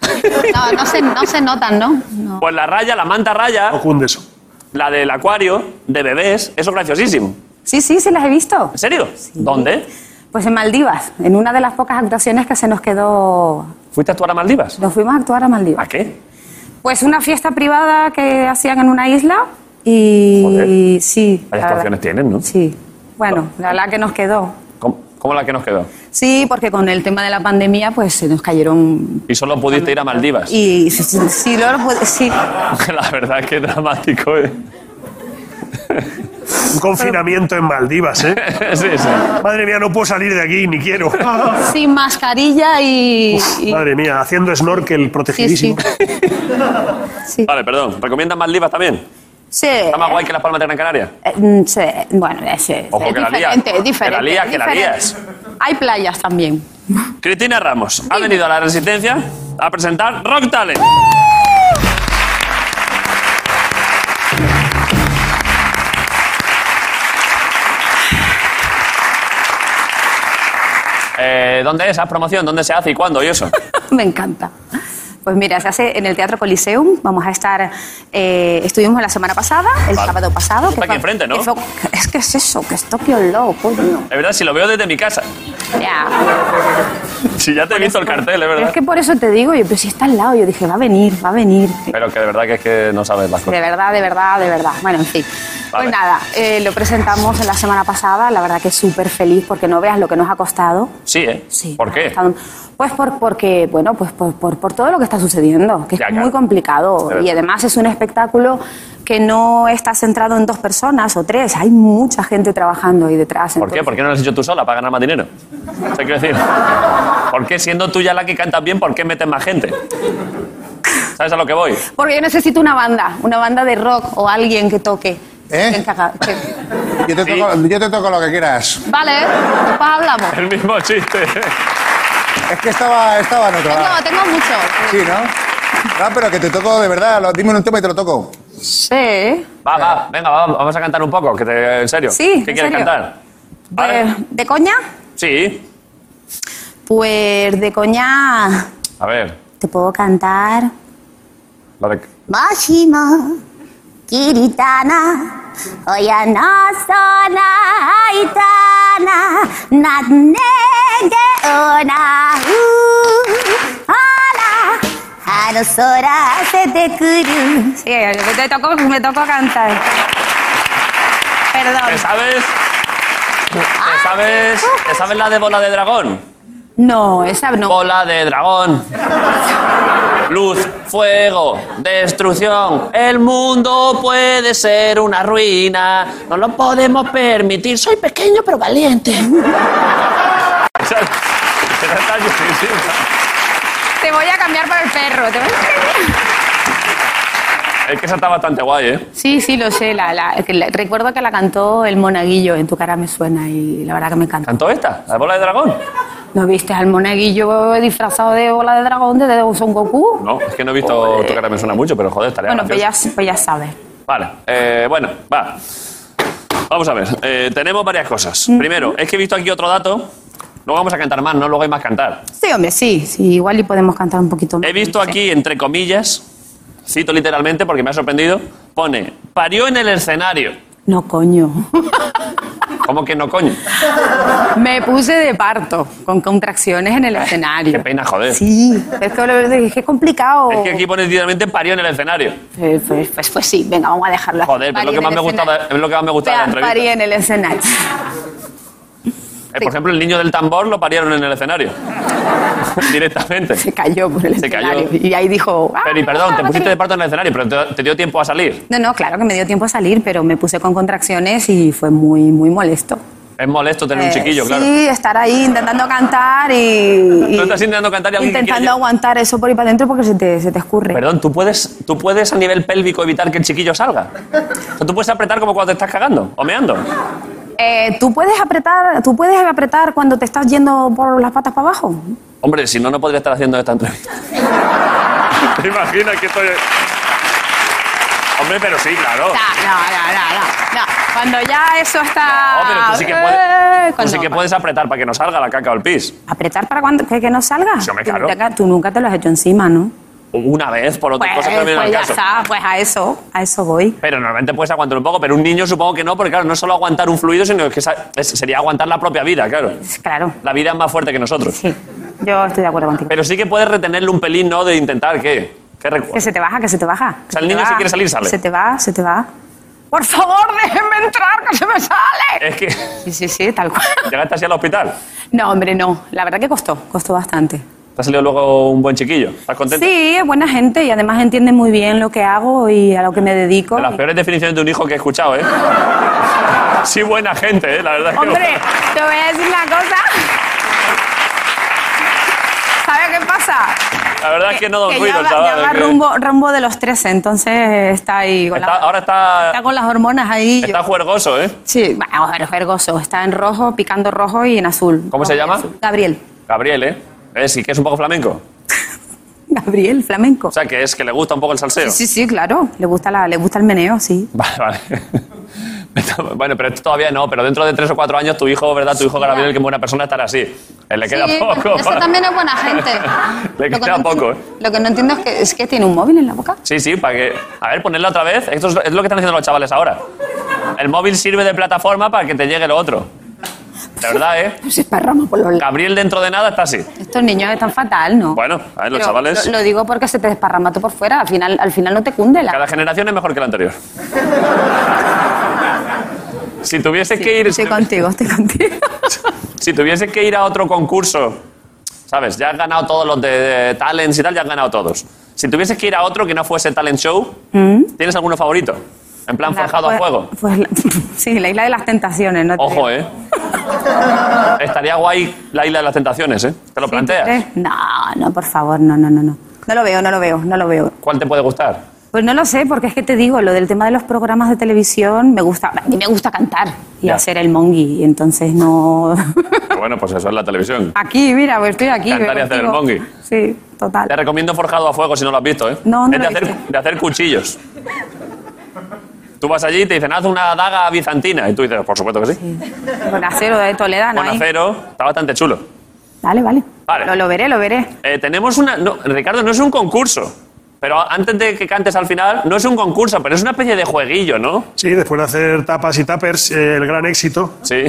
Speaker 9: No, no se, no se notan, ¿no? No.
Speaker 2: Pues la raya, la manta raya,
Speaker 5: No cunde eso.
Speaker 2: la del acuario, de bebés, eso es graciosísimo.
Speaker 9: Sí, sí, sí las he visto.
Speaker 2: ¿En serio? ¿Dónde?
Speaker 9: Pues en Maldivas, en una de las pocas actuaciones que se nos quedó.
Speaker 2: ¿Fuiste a actuar a Maldivas?
Speaker 9: Nos fuimos a actuar a Maldivas.
Speaker 2: ¿A qué?
Speaker 9: Pues una fiesta privada que hacían en una isla y.
Speaker 2: Joder.
Speaker 9: Sí.
Speaker 2: Varias
Speaker 9: la verdad.
Speaker 2: actuaciones tienen, ¿no?
Speaker 9: Sí. Bueno, la verdad que nos quedó.
Speaker 2: ¿Cómo, cómo la que nos quedó?
Speaker 9: Sí, porque con el tema de la pandemia, pues se nos cayeron.
Speaker 2: Y solo pudiste ir a Maldivas.
Speaker 9: Y sí, sí, sí, lo- pues, sí.
Speaker 2: La verdad es que es dramático, ¿eh?
Speaker 5: Un confinamiento en Maldivas, ¿eh?
Speaker 2: sí, sí.
Speaker 5: Madre mía, no puedo salir de aquí, ni quiero.
Speaker 9: Sin mascarilla y. y-
Speaker 5: Madre mía, haciendo snorkel
Speaker 9: sí, sí.
Speaker 5: protegidísimo.
Speaker 9: Sí.
Speaker 2: Vale, perdón. ¿Recomiendas Maldivas también?
Speaker 9: Sí.
Speaker 2: ¿Está más guay que las Palmas de Gran Canaria?
Speaker 9: Eh, mm, sí, Bueno, es, es
Speaker 2: Ojo, que la lías.
Speaker 9: diferente, es
Speaker 2: Que
Speaker 9: diferente.
Speaker 2: la lías, que la
Speaker 9: diferente.
Speaker 2: lías.
Speaker 9: Hay playas también.
Speaker 2: Cristina Ramos ha venido a La Resistencia a presentar Rock Talent. Eh, ¿Dónde es esa promoción? ¿Dónde se hace y cuándo? ¿Y eso?
Speaker 9: Me encanta. Pues mira, se hace en el Teatro Coliseum. Vamos a estar. eh, estuvimos la semana pasada, el
Speaker 2: Vale.
Speaker 9: sábado pasado.
Speaker 2: Está
Speaker 9: que
Speaker 2: aquí
Speaker 9: fue-
Speaker 2: enfrente, ¿no?
Speaker 9: que fue- es que es eso, que es Tokio Low, coño.
Speaker 2: Es verdad, si lo veo desde mi casa.
Speaker 9: Ya.
Speaker 2: Si ya te he visto el cartel, es
Speaker 9: Pero
Speaker 2: verdad.
Speaker 9: es que por eso te digo, yo, pero si está al lado, yo dije, va a venir, va a venir.
Speaker 2: Pero que de verdad que es que no sabes las
Speaker 9: De
Speaker 2: cosas.
Speaker 9: verdad, de verdad, de verdad. Bueno, en fin.
Speaker 2: Vale.
Speaker 9: Pues nada, eh, lo presentamos la semana pasada. La verdad que súper feliz porque no veas lo que nos ha costado.
Speaker 2: Sí, ¿eh?
Speaker 9: Sí.
Speaker 2: ¿Por qué?
Speaker 9: Están- Pues por, porque, bueno, pues por, por, por todo lo que está sucediendo, que
Speaker 2: Ya,
Speaker 9: es
Speaker 2: claro.
Speaker 9: muy complicado.
Speaker 2: De verdad.
Speaker 9: Y además es un espectáculo que no está centrado en dos personas o tres. Hay mucha gente trabajando ahí detrás.
Speaker 2: ¿Por qué?
Speaker 9: entonces-
Speaker 2: ¿Por qué no lo has hecho tú sola para ganar más dinero? O sea, quiero decir, ¿por qué siendo tú ya la que cantas bien, por qué metes más gente? ¿Sabes a lo que voy?
Speaker 9: Porque yo necesito una banda, una banda de rock o alguien que toque.
Speaker 6: ¿Eh?
Speaker 9: Que encaja- que-
Speaker 6: Yo te, toco, yo te toco lo que quieras.
Speaker 9: Vale, ¿eh? después hablamos.
Speaker 2: El mismo chiste.
Speaker 6: Es que estaba, estaba en otro
Speaker 9: Tengo,
Speaker 6: lado.
Speaker 9: tengo mucho.
Speaker 6: Sí, ¿no? No, pero que te toco de verdad. lo- Dime un tema y te lo toco.
Speaker 9: Sí.
Speaker 2: Va, va, venga, va, vamos a cantar un poco, que te- en serio.
Speaker 9: Sí,
Speaker 2: ¿Qué
Speaker 9: en
Speaker 2: quieres
Speaker 9: serio.
Speaker 2: cantar?
Speaker 9: ¿De,
Speaker 2: ¿Vale?
Speaker 9: de coña?
Speaker 2: Sí.
Speaker 9: Pues de coña
Speaker 2: A ver,
Speaker 9: te puedo cantar.
Speaker 2: la de...
Speaker 10: もしも、きりたな、親のそないたな、なんねげおなう、あら、あの空せてくる。
Speaker 9: Sí, me tocó, me tocó cantar.
Speaker 2: ¿Te
Speaker 9: Perdón.
Speaker 2: sabes? ¿Te sabes? ¿Te sabes la de bola de dragón?
Speaker 9: No, esa no.
Speaker 2: Bola de dragón. Luz, fuego, destrucción. El mundo puede ser una ruina. No lo podemos permitir. Soy pequeño pero valiente.
Speaker 9: Te voy a cambiar por el perro. te voy a-
Speaker 2: Es que esa está bastante guay, ¿eh?
Speaker 9: Sí, sí, lo sé. La, la- que la- recuerdo que la cantó el monaguillo, en tu cara me suena y la verdad que me encanta.
Speaker 2: ¿Cantó esta? ¿La bola de dragón?
Speaker 9: ¿No viste al monaguillo disfrazado de bola de dragón de Son Goku?
Speaker 2: No, es que no he visto tu cara, me suena mucho, pero joder, estaría
Speaker 9: Bueno, pues
Speaker 2: gracioso.
Speaker 9: ya, pues ya sabes.
Speaker 2: Vale, eh, bueno, va. Vamos a ver, eh, tenemos varias cosas. Primero, es que he visto aquí otro dato. Luego vamos a cantar más, ¿no? Luego hay más cantar.
Speaker 9: Sí, hombre, sí, sí, igual y podemos cantar un poquito más.
Speaker 2: He visto aquí, entre comillas, cito literalmente porque me ha sorprendido, pone, parió en el escenario.
Speaker 9: No, coño.
Speaker 2: ¿Cómo que no, coño?
Speaker 9: Me puse de parto, con contracciones en el
Speaker 2: Qué
Speaker 9: escenario.
Speaker 2: pena, joder.
Speaker 9: Sí, es que, lo verdad es que es complicado.
Speaker 2: Es que aquí pone literalmente parió en el escenario.
Speaker 9: Eh, pues, pues, pues Oh. sí, venga, vamos a dejarlo. así.
Speaker 2: Joder, pero es lo
Speaker 9: Parí
Speaker 2: que
Speaker 9: en
Speaker 2: más
Speaker 9: el
Speaker 2: me gustaba,
Speaker 9: escenario.
Speaker 2: es lo que más me gustaba de la
Speaker 9: Vea,
Speaker 2: entrevista.
Speaker 9: parí en el escenario.
Speaker 2: Eh, por ejemplo, el niño del tambor lo parieron en el escenario. Directamente.
Speaker 9: Se cayó por el
Speaker 2: Se cayó.
Speaker 9: escenario. Y ahí dijo... "Ah,
Speaker 2: Pero, y perdón, te
Speaker 9: no
Speaker 2: pusiste
Speaker 9: sé".
Speaker 2: de parto en el escenario, pero te, te dio tiempo a salir.
Speaker 9: No, no, claro que me dio tiempo a salir, pero me puse con contracciones y fue muy, muy molesto.
Speaker 2: Es molesto tener
Speaker 9: Eh,
Speaker 2: un chiquillo, claro.
Speaker 9: Sí, estar ahí intentando cantar y... y
Speaker 2: Tú estás intentando cantar y alguien que
Speaker 9: Intentando
Speaker 2: quiere-
Speaker 9: aguantar eso por ahí para adentro porque se te, se te escurre.
Speaker 2: Perdón, ¿tú puedes, ¿tú puedes a nivel pélvico evitar que el chiquillo salga? O sea, ¿Tú puedes apretar como cuando te estás cagando o meando?
Speaker 9: Eh, ¿tú, puedes apretar, ¿Tú puedes apretar cuando te estás yendo por las patas para abajo?
Speaker 2: Hombre, si no, no podría estar haciendo esta entrevista. ¿Te imaginas que estoy...? Hombre, pero sí,
Speaker 9: No,
Speaker 2: claro.
Speaker 9: Ah, no, no, no, no. Cuando ya eso está...
Speaker 2: No, pero tú sí que
Speaker 9: Eh,
Speaker 2: puedes, tú
Speaker 9: cuando-
Speaker 2: sí que puedes apretar para que no salga la caca o el pis.
Speaker 9: ¿Apretar para cuando, que, que no salga?
Speaker 2: Sí, hombre,
Speaker 9: Tú
Speaker 2: claro.
Speaker 9: nunca- tú nunca te lo has hecho encima, ¿no?
Speaker 2: Una vez, por otra
Speaker 9: Pues,
Speaker 2: cosa también
Speaker 9: pues
Speaker 2: al
Speaker 9: ya
Speaker 2: caso.
Speaker 9: está, pues a eso, a eso voy.
Speaker 2: Pero normalmente puedes aguantar un poco, pero un niño supongo que no, porque claro, no es solo aguantar un fluido, sino que esa- es- sería aguantar la propia vida, claro.
Speaker 9: Claro,
Speaker 2: La vida es más fuerte que nosotros.
Speaker 9: sí. Yo estoy de acuerdo contigo.
Speaker 2: Pero sí que puedes retenerle un pelín, ¿no? De intentar, ¿qué? ¿Qué recu-
Speaker 9: Que se te baja, que se te baja. que
Speaker 2: O sea, el
Speaker 9: te
Speaker 2: niño si
Speaker 9: va.
Speaker 2: quiere salir, sale.
Speaker 9: Se te va, se te va. Por favor, déjenme entrar, que se me sale.
Speaker 2: Es que
Speaker 9: Sí, sí, sí, tal cual.
Speaker 2: llegaste así al hospital.
Speaker 9: No, hombre, no. La verdad que costó, costó bastante.
Speaker 2: Te ha salido luego un buen chiquillo. ¿Estás contento?
Speaker 9: Sí, es buena gente y además entiende muy bien lo que hago y a lo que me dedico.
Speaker 2: De las peores definiciones de un hijo que he escuchado, ¿eh? Sí, buena gente, ¿eh? La verdad es que...
Speaker 9: Hombre, te voy a decir una cosa. ¿Sabes qué pasa?
Speaker 2: La verdad es que no da un
Speaker 9: que
Speaker 2: ruido,
Speaker 9: ya
Speaker 2: el
Speaker 9: va,
Speaker 2: chaval,
Speaker 9: ya va
Speaker 2: es que-
Speaker 9: rumbo, rumbo de los 13, entonces está ahí con,
Speaker 2: Está-
Speaker 9: la-
Speaker 2: ahora está,
Speaker 9: está con las hormonas ahí.
Speaker 2: está juergoso, ¿eh?
Speaker 9: Sí, vamos a ver, vergoso. Está en rojo, picando rojo y en azul.
Speaker 2: ¿Cómo se
Speaker 9: Rojo y
Speaker 2: llama?
Speaker 9: azul. Gabriel.
Speaker 2: Gabriel, ¿eh? ¿Eh? Sí que es un poco flamenco.
Speaker 9: Gabriel, flamenco.
Speaker 2: O sea, que es que le gusta un poco el salseo.
Speaker 9: Sí, sí, sí, claro. Le gusta, la, le gusta el meneo, sí.
Speaker 2: Vale, vale. Bueno, pero esto todavía no, pero dentro de tres o cuatro años tu hijo, ¿verdad? Tu hijo Gabriel, que es buena persona, estará así. Eh, Le queda poco. para-
Speaker 9: es buena gente.
Speaker 2: Le queda poco, ¿eh?
Speaker 9: Lo que no entiendo es que, es que tiene un móvil en la boca.
Speaker 2: Sí, sí, para que... A ver, ponerla otra vez. Esto es lo es lo que están haciendo los chavales ahora. El móvil sirve de plataforma para que te llegue lo otro. De verdad, ¿eh?
Speaker 9: Se esparrama Pues por los lados.
Speaker 2: Gabriel dentro de nada está así.
Speaker 9: Estos niños están fatal, ¿no?
Speaker 2: Bueno, a ver, los
Speaker 9: Pero
Speaker 2: chavales...
Speaker 9: Lo, lo digo porque se te desparrama tú por fuera. Al final, al final no te cunde la.
Speaker 2: Cada generación es mejor que la anterior. Si tuvieses que ir...
Speaker 9: Estoy contigo, estoy contigo.
Speaker 2: Si tuvieses que ir a otro concurso, ¿sabes? Ya has ganado todos los de, de talents y tal, ya has ganado todos. Si tuvieses que ir a otro que no fuese talent show, ¿tienes alguno favorito? En plan, forjado a
Speaker 9: Mm. Pues-
Speaker 2: fuego.
Speaker 9: Pues la- sí, la isla de las tentaciones, ¿no? te digo.
Speaker 2: Ojo, ¿eh? Estaría guay la isla de las tentaciones, ¿eh? ¿Te lo
Speaker 9: ¿Sí, tú
Speaker 2: planteas?
Speaker 9: crees? No, no, por favor, no, no, no, no. No lo veo, no lo veo, no lo veo.
Speaker 2: ¿Cuál te puede gustar?
Speaker 9: Pues no lo sé, porque es que te digo, lo del tema de los programas de televisión, me gusta, a mí me gusta cantar y
Speaker 2: Ya.
Speaker 9: hacer el mongi, y entonces no...
Speaker 2: Pero bueno, pues eso es la televisión.
Speaker 9: aquí, mira, pues estoy aquí.
Speaker 2: Cantar y
Speaker 9: veo
Speaker 2: hacer el
Speaker 9: contigo.
Speaker 2: mongi.
Speaker 9: Sí, total.
Speaker 2: Te recomiendo forjado a fuego si no lo has visto, ¿eh?
Speaker 9: No, no
Speaker 2: es de
Speaker 9: lo he
Speaker 2: hacer,
Speaker 9: visto.
Speaker 2: de hacer cuchillos. Tú vas allí y te dicen, haz una daga bizantina. Y tú dices, por supuesto que sí.
Speaker 9: Con acero de Toledano
Speaker 2: Con
Speaker 9: ahí.
Speaker 2: acero, está bastante chulo.
Speaker 9: Vale, vale.
Speaker 2: Vale.
Speaker 9: Lo, lo veré, lo veré.
Speaker 2: Eh, tenemos una. no, Ricardo, no es un concurso. Pero antes de que cantes al final, no es un concurso, pero es una especie de jueguillo, ¿no?
Speaker 5: Sí, después de hacer tapas y tapers, eh, el gran éxito,
Speaker 2: Sí.